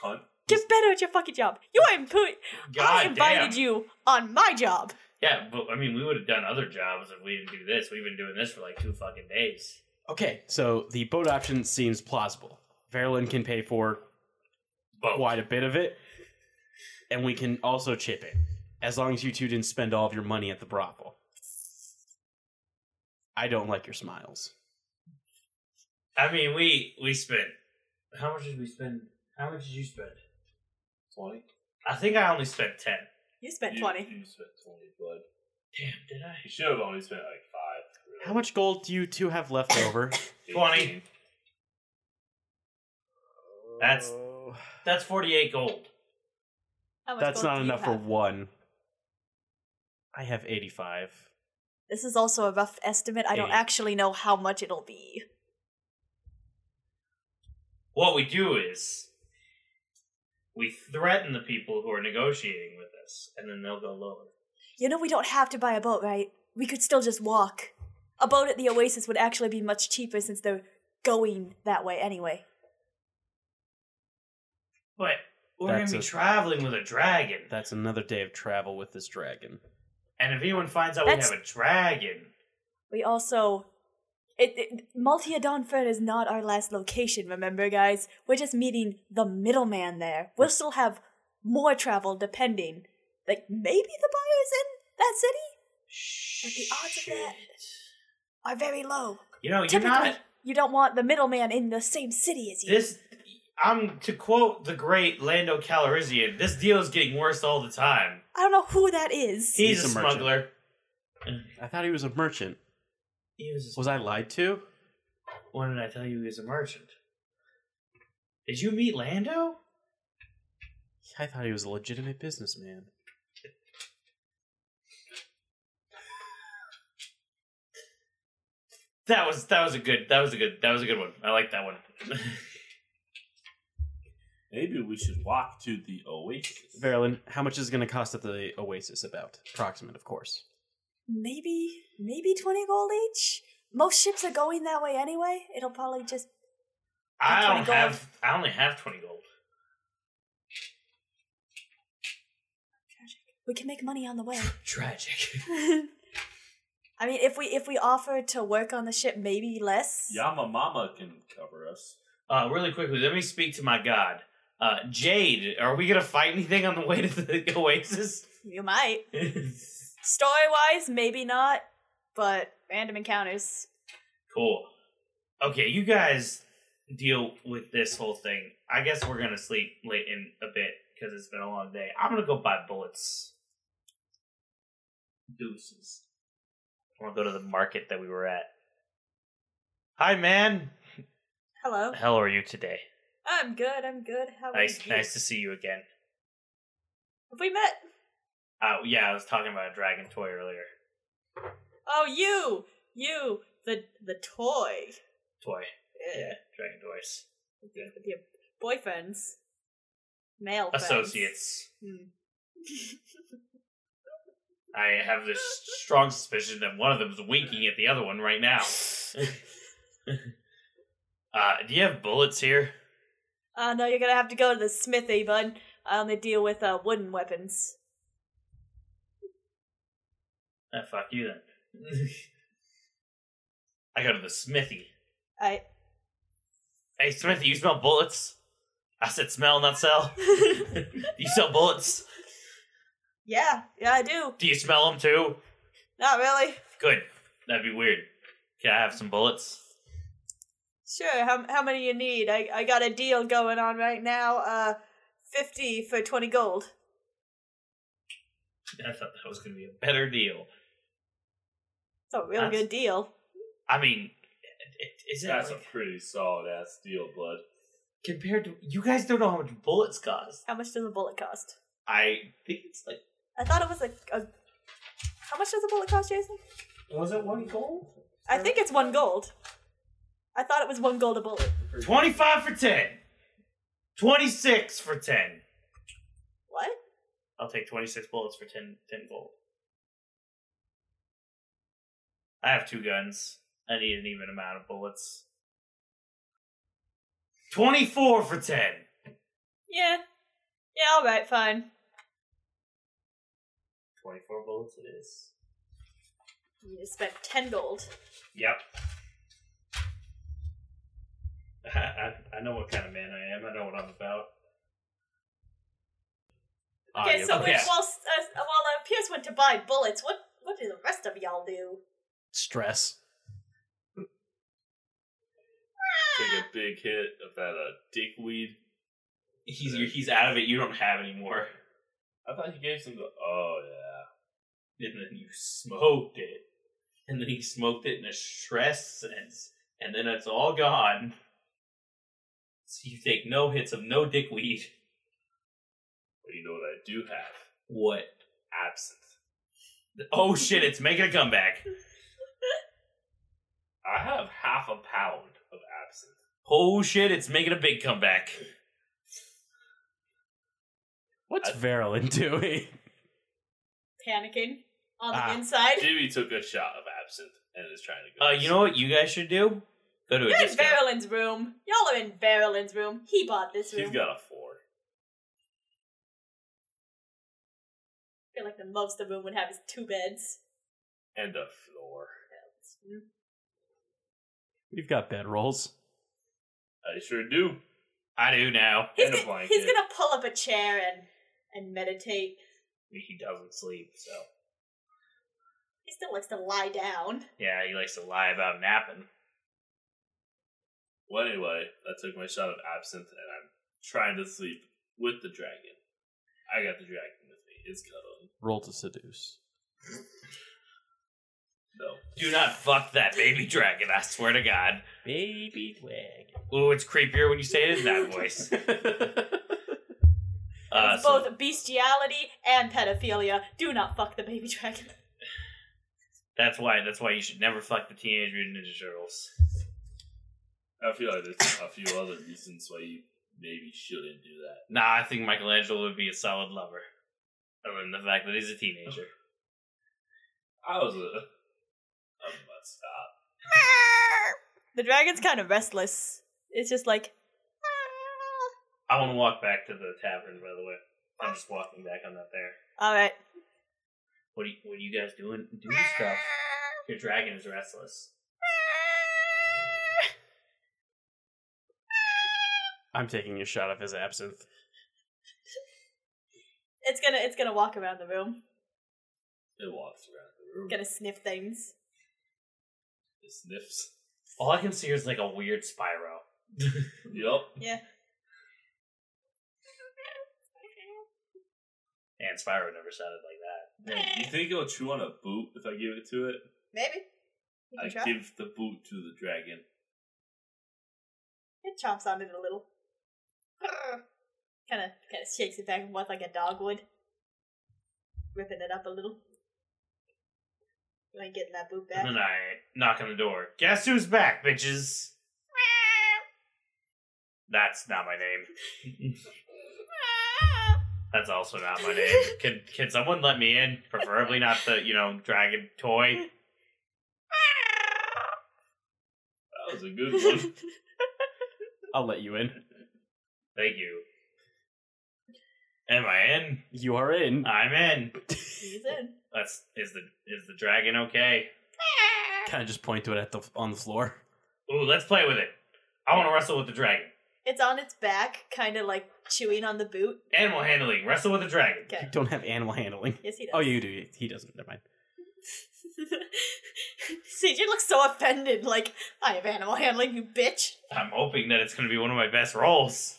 Speaker 5: Cunt.
Speaker 4: Get better at your fucking job. You are impo- I
Speaker 1: God
Speaker 4: invited
Speaker 1: damn.
Speaker 4: you on my job.
Speaker 1: Yeah, but I mean, we would have done other jobs if we didn't do this. We've been doing this for like two fucking days.
Speaker 2: Okay, so the boat option seems plausible. Verilyn can pay for
Speaker 1: Boat.
Speaker 2: quite a bit of it. And we can also chip it. As long as you two didn't spend all of your money at the brothel. I don't like your smiles.
Speaker 1: I mean, we we spent. How much did we spend? How much did you spend?
Speaker 5: Twenty.
Speaker 1: I think I only spent ten.
Speaker 4: You spent
Speaker 5: You-
Speaker 4: 20.
Speaker 5: You spent twenty, bud.
Speaker 1: Damn, did I?
Speaker 5: You should have only spent like five. really.
Speaker 2: How much gold do you two have left over?
Speaker 1: 20.
Speaker 5: 18.
Speaker 1: That's- That's forty-eight gold.
Speaker 4: How much
Speaker 2: That's
Speaker 4: gold
Speaker 2: not
Speaker 4: do you
Speaker 2: enough for
Speaker 4: have?
Speaker 2: one. I have 85.
Speaker 4: This is also a rough estimate. I don't
Speaker 2: Eight.
Speaker 4: actually know how much it'll be.
Speaker 1: What we do is we threaten the people who are negotiating with us, and then they'll go lower.
Speaker 4: You know, we don't have to buy a boat, right? We could still just walk. A boat at the Oasis would actually be much cheaper since they're going that way anyway.
Speaker 1: But we're
Speaker 2: That's
Speaker 1: gonna be
Speaker 2: a-
Speaker 1: traveling with a dragon,
Speaker 2: That's another day of travel with this dragon.
Speaker 1: and if anyone finds out
Speaker 4: That's-
Speaker 1: we have a dragon,
Speaker 4: We also. It, it, Multiodon Fern is not our last location, remember, guys? We're just meeting the middleman there. We'll still have more travel depending. Like, maybe the buyer's in that city But the odds of that- are very low.
Speaker 1: you know, you're
Speaker 4: Typically,
Speaker 1: not
Speaker 4: you don't want the middleman in the same city as you.
Speaker 1: this. I'm to quote the great Lando Calrissian. This deal is getting worse all the time.
Speaker 4: I don't know who that is.
Speaker 1: He's,
Speaker 2: He's
Speaker 1: a,
Speaker 2: a merchant.
Speaker 1: smuggler.
Speaker 2: I thought he was a merchant.
Speaker 1: He was a
Speaker 2: Was I lied to?
Speaker 1: When did I tell you he was a merchant? Did you meet Lando?
Speaker 2: I thought he was a legitimate businessman.
Speaker 1: That was that was a good that was a good that was a good one. I like that one.
Speaker 5: Maybe we should walk to the oasis.
Speaker 2: Verilyn, how much is it going to cost at the Oasis? About approximate, of course.
Speaker 4: maybe maybe 20 gold each most ships are going that way anyway it'll probably just
Speaker 1: I
Speaker 4: Got
Speaker 1: don't
Speaker 4: 20 gold.
Speaker 1: have I only have twenty gold.
Speaker 4: we can make money on the way
Speaker 1: Tragic.
Speaker 4: i mean if we if we offer to work on the ship maybe less
Speaker 5: Yama Mama can cover us.
Speaker 1: Uh, really quickly, let me speak to my god. Uh, Jade, are we gonna fight anything on the way to the Oasis?
Speaker 4: you might story wise maybe not but random encounters
Speaker 1: cool. Okay, you guys deal with this whole thing. I guess we're gonna sleep late in a bit because it's been a long day. I'm gonna go buy bullets. Deuces. I wanna go to the market that we were at. Hi man.
Speaker 4: hello
Speaker 1: How are you today?
Speaker 4: i'm good i'm good how are
Speaker 1: Nice
Speaker 4: you
Speaker 1: nice to see you again.
Speaker 4: have we met
Speaker 1: Uh, yeah, I was talking about a dragon toy earlier.
Speaker 4: oh you you the the toy
Speaker 1: Toy. Yeah, dragon toys.
Speaker 4: with your boyfriends male friends.
Speaker 1: Associates.
Speaker 4: Hmm.
Speaker 1: I have this strong suspicion that one of them's winking at the other one right now. uh, do you have bullets here?
Speaker 4: Uh, no, you're gonna have to go to the smithy, bud. I only deal with uh, wooden weapons.
Speaker 1: Ah, fuck you then. I go to the smithy.
Speaker 4: I.
Speaker 1: Hey, Smithy, you smell bullets? I said smell, not sell. you sell bullets?
Speaker 4: yeah, yeah, I do.
Speaker 1: Do you smell them too?
Speaker 4: Not really.
Speaker 1: Good. That'd be weird. Can I have some bullets?
Speaker 4: Sure. How how many you need? I I got a deal going on right now. Uh, fifty for twenty gold.
Speaker 1: I thought that was going to be a better deal.
Speaker 4: It's a real
Speaker 1: That's-
Speaker 4: good deal.
Speaker 1: I mean, it- it- is it
Speaker 5: That's a
Speaker 1: like-
Speaker 5: pretty solid ass deal, bud.
Speaker 1: compared to you guys don't know how much bullets cost?
Speaker 4: How much does a bullet cost?
Speaker 1: I think it's like
Speaker 4: I thought it was like a. How much does a bullet cost, Jason?
Speaker 1: was it one gold?
Speaker 4: I think it's one gold. I thought it was one gold a bullet.
Speaker 1: Twenty five for ten. Twenty six for ten.
Speaker 4: What?
Speaker 1: I'll take twenty six bullets for 10, 10 gold. I have two guns. I need an even amount of bullets. Twenty four for ten.
Speaker 4: Yeah. Yeah. All right. Fine.
Speaker 1: Twenty four bullets it is.
Speaker 4: You just spent ten gold.
Speaker 1: Yep. I, I, I know what kind of man I am. I know what I'm about.
Speaker 2: Ah,
Speaker 4: Okay, so
Speaker 1: okay.
Speaker 4: which, while uh, while uh, Pierce went to buy bullets, what what do the rest of y'all do?
Speaker 2: Stress.
Speaker 5: take a big hit of that uh, dickweed.
Speaker 1: He's he's out of it. You don't have any more.
Speaker 5: I thought he gave some. To, oh yeah,
Speaker 1: And then you smoked it. And then he smoked it in a stress sense. And then it's all gone. So you take no hits of no dickweed.
Speaker 5: but you know what I do have?
Speaker 1: What?
Speaker 5: Absinthe.
Speaker 1: Oh shit, it's making a comeback.
Speaker 5: I have half a pound of absinthe.
Speaker 1: Oh shit, it's making a big comeback.
Speaker 4: Uh,
Speaker 2: What's Verilyn doing?
Speaker 4: Panicking on the
Speaker 2: Ah.
Speaker 4: inside.
Speaker 5: Jimmy took a shot of absinthe and is trying to go.
Speaker 1: Uh, you know what you guys should do? Go to a
Speaker 4: You're in
Speaker 1: discount.
Speaker 4: Verilyn's room. Y'all are in Verilyn's room. He bought this room.
Speaker 5: He's got a four.
Speaker 4: I feel like the most the room would have is two beds.
Speaker 5: and a floor.
Speaker 2: We've got bedrolls.
Speaker 5: I Uh, sure do.
Speaker 1: I do now.
Speaker 4: He's,
Speaker 5: And a
Speaker 4: gonna,
Speaker 5: blanket.
Speaker 4: he's gonna pull up a chair and and meditate.
Speaker 1: He doesn't sleep, so.
Speaker 4: He still likes to lie down.
Speaker 1: Yeah, he likes to lie about napping.
Speaker 5: Well, anyway, I took my shot of absinthe and I'm trying to sleep with the dragon. I got the dragon with me. It's cuddling.
Speaker 2: Roll to seduce.
Speaker 5: No.
Speaker 1: Do not fuck that baby dragon, I swear to God.
Speaker 2: Baby twig.
Speaker 1: Ooh, it's creepier when you say it in that voice. Uh,
Speaker 4: it's
Speaker 1: so-
Speaker 4: both bestiality and pedophilia. Do not fuck the baby dragon.
Speaker 1: That's why. That's why you should never fuck the Teenage Mutant Ninja Turtles.
Speaker 5: I feel like there's a few other reasons why you maybe shouldn't do that.
Speaker 1: Nah, I think Michelangelo would be a solid lover. Other than the fact that he's a teenager.
Speaker 5: I was a. I'm about to stop.
Speaker 4: The dragon's kind of restless. It's just like,
Speaker 1: I want to walk back to the tavern. By the way, I'm just walking back. I'm not there.
Speaker 4: all right.
Speaker 1: What are you, What are you guys doing? Doing stuff. Your dragon is restless.
Speaker 2: I'm taking a shot of his absinthe.
Speaker 4: It's gonna it's gonna walk around the room.
Speaker 5: It walks around the room.
Speaker 4: Gonna sniff things.
Speaker 5: It sniffs.
Speaker 1: All I can see is like a weird Spyro.
Speaker 5: Yup.
Speaker 1: And Spyro never sounded like that.
Speaker 5: You think it'll chew on a boot if I give it to it?
Speaker 4: Maybe. You
Speaker 5: I
Speaker 4: can try.
Speaker 5: give the boot to the dragon.
Speaker 4: It chomps on it a little. Kind of, kind of shakes it back and forth like a dog would, ripping it up a little. Like getting that boot back.
Speaker 1: And then I knock on the door. Guess who's back, bitches? That's not my name. That's also not my name. Can can someone let me in? Preferably not the you know dragon toy.
Speaker 5: That was a good one.
Speaker 2: I'll let you in.
Speaker 1: Thank you. Am I in?
Speaker 2: You are in.
Speaker 4: Uh,
Speaker 1: I'm in.
Speaker 4: He's in.
Speaker 1: That's is the is the dragon okay?
Speaker 2: kind of just point to it at the on the floor.
Speaker 1: Ooh, let's play with it. I want to wrestle with the dragon.
Speaker 4: It's on its back, kind of like chewing on the boot.
Speaker 1: Animal handling. Wrestle with the dragon.
Speaker 4: Okay.
Speaker 2: You don't have animal handling.
Speaker 4: Yes, he does.
Speaker 2: Oh, you do. He doesn't. Never mind.
Speaker 4: CJ looks so offended, like, I have animal handling, you bitch.
Speaker 1: I'm hoping that it's going to be one of my best rolls.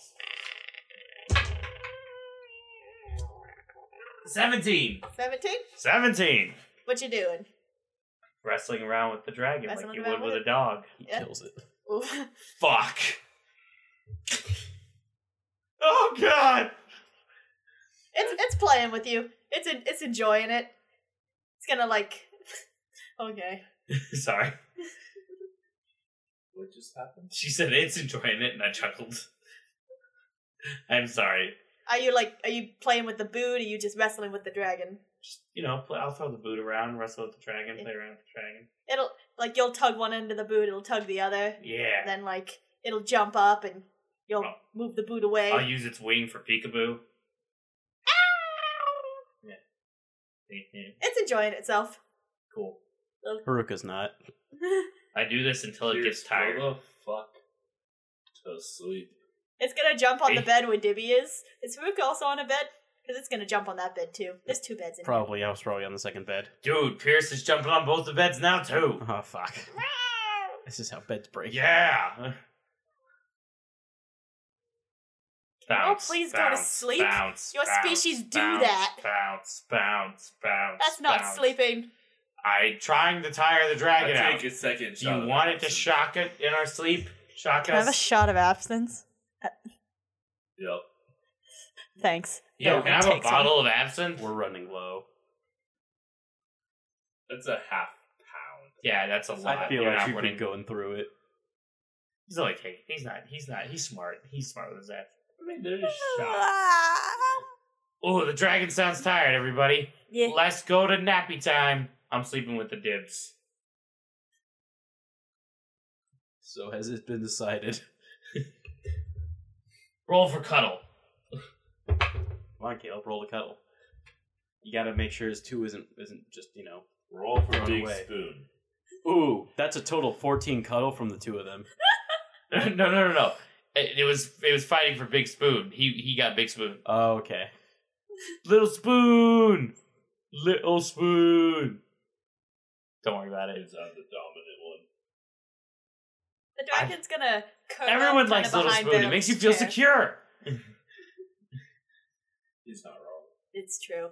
Speaker 1: Seventeen.
Speaker 4: 17?
Speaker 1: Seventeen.
Speaker 4: What you doing?
Speaker 1: Wrestling around with the dragon
Speaker 4: Wrestling
Speaker 1: like you would
Speaker 4: around
Speaker 1: with
Speaker 4: with
Speaker 1: a dog.
Speaker 2: He
Speaker 4: Yeah.
Speaker 2: kills it.
Speaker 4: Oof.
Speaker 1: Fuck. Oh god.
Speaker 4: It's it's playing with you. It's en- it's enjoying it. It's gonna like, okay.
Speaker 1: Sorry.
Speaker 5: what just happened?
Speaker 1: She said it's enjoying it, and I chuckled. I'm sorry.
Speaker 4: Are you like are you playing with the boot? Or are you just wrestling with the dragon?
Speaker 1: Just you know, play, I'll throw the boot around, wrestle with the dragon, play around with the dragon.
Speaker 4: It'll like you'll tug one end of the boot, it'll tug the other.
Speaker 1: Yeah,
Speaker 4: Then like it'll jump up and you'll
Speaker 1: Oh.
Speaker 4: move the boot away.
Speaker 1: I'll use its wing for peekaboo. Yeah. Mhm.
Speaker 4: it's enjoying itself.
Speaker 1: cool.
Speaker 2: Haruka's not.
Speaker 1: I do this until it gets
Speaker 5: Pierce, go
Speaker 1: tired.
Speaker 5: the fuck to sleep.
Speaker 4: it's gonna jump on the
Speaker 1: Hey.
Speaker 4: bed where Dibby is. Is Haruka also on a bed? Because it's gonna jump on that bed too. There's two beds in here.
Speaker 2: Probably. I was probably on the second bed.
Speaker 1: Dude, Pierce is jumping on both the beds now too.
Speaker 2: Oh fuck. This is how beds break.
Speaker 1: Yeah. Bounce.
Speaker 4: please go to
Speaker 1: bounce,
Speaker 4: sleep.
Speaker 1: Bounce,
Speaker 4: Your
Speaker 1: bounce,
Speaker 4: species do
Speaker 1: bounce,
Speaker 4: that.
Speaker 1: Bounce, bounce, bounce.
Speaker 4: That's not
Speaker 1: bounce.
Speaker 4: sleeping.
Speaker 1: I trying to tire the
Speaker 5: I
Speaker 1: dragon out.
Speaker 5: take a second
Speaker 1: Do
Speaker 5: shot.
Speaker 1: you
Speaker 5: of
Speaker 1: want it to
Speaker 5: absinthe.
Speaker 1: shock it in our sleep? Shock
Speaker 4: Can I
Speaker 1: us.
Speaker 4: have a shot of absinthe?
Speaker 5: Yep.
Speaker 4: Thanks.
Speaker 1: yeah,
Speaker 4: No,
Speaker 1: can I
Speaker 4: it
Speaker 1: have a
Speaker 4: takes one.
Speaker 1: bottle of absinthe?
Speaker 2: We're running low.
Speaker 5: That's a half pound.
Speaker 1: Yeah, that's a lot.
Speaker 2: I feel
Speaker 1: You're
Speaker 2: like
Speaker 1: not
Speaker 2: you've
Speaker 1: winning.
Speaker 2: been going through it.
Speaker 1: He's only taking. He's not. He's not. He's smart. He's smart with his absinthe.
Speaker 5: I mean, there's a shot.
Speaker 4: Ah.
Speaker 1: Oh, the dragon sounds tired. Everybody,
Speaker 4: Yeah.
Speaker 1: let's go to nappy time. I'm sleeping with the dibs.
Speaker 2: So has it been decided?
Speaker 1: Roll for cuddle.
Speaker 2: Come on, Caleb, roll a cuddle. You gotta make sure his two isn't isn't just you know.
Speaker 5: Roll for
Speaker 2: Run
Speaker 5: big
Speaker 2: away.
Speaker 5: spoon.
Speaker 2: Ooh, that's a total fourteen cuddle from the two of them.
Speaker 1: no, no, no, no. It, it was it was fighting for big spoon. He he got big spoon.
Speaker 2: Oh, okay.
Speaker 1: Little spoon, little spoon. Don't worry about it.
Speaker 5: It's on the dominant one.
Speaker 4: The dragon's gonna. curl up
Speaker 1: Everyone
Speaker 4: kinda
Speaker 1: likes little
Speaker 4: behind
Speaker 1: spoon. It
Speaker 4: Bill's
Speaker 1: makes you feel
Speaker 4: chair.
Speaker 1: secure.
Speaker 5: He's not wrong.
Speaker 4: It's true.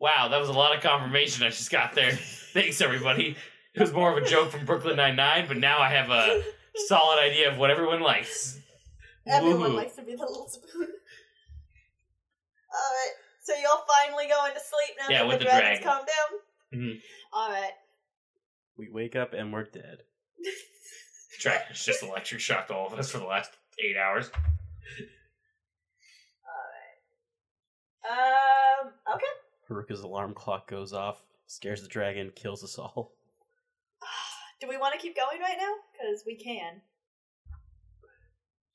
Speaker 1: Wow, that was a lot of confirmation I just got there. Thanks, everybody. It was more of a joke from Brooklyn Nine Nine, but now I have a solid idea of what everyone likes.
Speaker 4: Everyone
Speaker 1: Woohoo.
Speaker 4: likes to be the little spoon. Alright, so you're finally going to sleep now
Speaker 1: Yeah,
Speaker 4: that
Speaker 1: with
Speaker 4: the
Speaker 1: the
Speaker 4: dragon's
Speaker 1: dragon.
Speaker 4: calmed down?
Speaker 1: Mhm.
Speaker 4: Alright.
Speaker 2: We wake up and we're dead.
Speaker 1: Dragon's just electric shocked all of us for the last eight hours.
Speaker 4: Um, okay.
Speaker 2: Haruka's alarm clock goes off, scares the dragon, kills us all.
Speaker 4: Do we want to keep going right now? Because we can.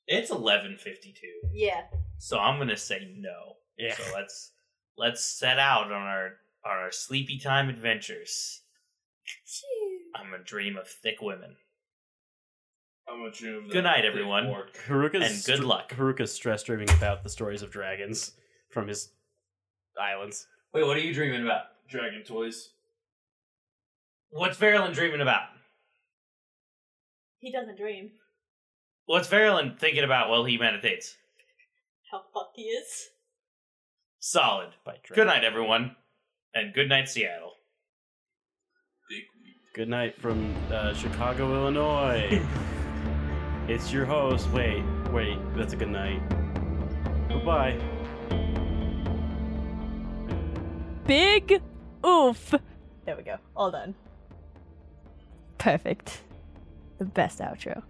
Speaker 1: It's eleven fifty two.
Speaker 4: Yeah.
Speaker 1: So I'm gonna say no.
Speaker 2: Yeah.
Speaker 1: So let's let's set out on our on our sleepy time adventures. I'm gonna dream of thick women.
Speaker 5: I'm gonna dream of
Speaker 1: Good
Speaker 5: that
Speaker 1: night,
Speaker 5: thick
Speaker 1: everyone.
Speaker 5: orc.
Speaker 2: Haruka's
Speaker 1: And good
Speaker 2: str-
Speaker 1: luck.
Speaker 2: Haruka's stress dreaming about the stories of dragons from his islands.
Speaker 1: Wait, what are you dreaming about?
Speaker 5: Dragon toys.
Speaker 1: What's Verilyn dreaming about?
Speaker 4: He doesn't dream
Speaker 1: What's Verilyn thinking about while he meditates?
Speaker 4: how fucked he is.
Speaker 1: Solid.
Speaker 2: By dragon.
Speaker 1: Good night, everyone, and good night, Seattle.
Speaker 5: Thick
Speaker 2: Good night from uh, Chicago, Illinois. it's your host. Wait, wait, that's a good night. Goodbye.
Speaker 3: Big oof.
Speaker 4: There we go. All done.
Speaker 3: Perfect. The best outro.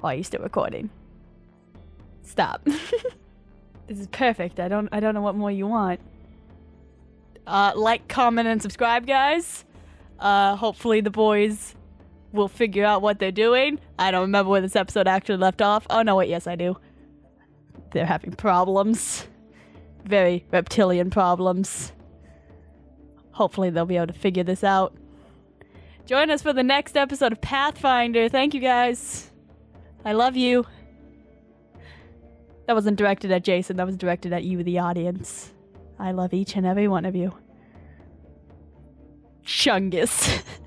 Speaker 3: Why are you still recording? Stop. this is perfect. I don't I don't know what more you want. Uh like, comment, and subscribe, guys. Uh hopefully the boys will figure out what they're doing. I don't remember where this episode actually left off. Oh no wait, yes I do. They're having problems. Very reptilian problems. Hopefully they'll be able to figure this out. Join us for the next episode of Pathfinder. Thank you guys. I love you. That wasn't directed at Jason, that was directed at you, the audience. I love each and every one of you. Chungus.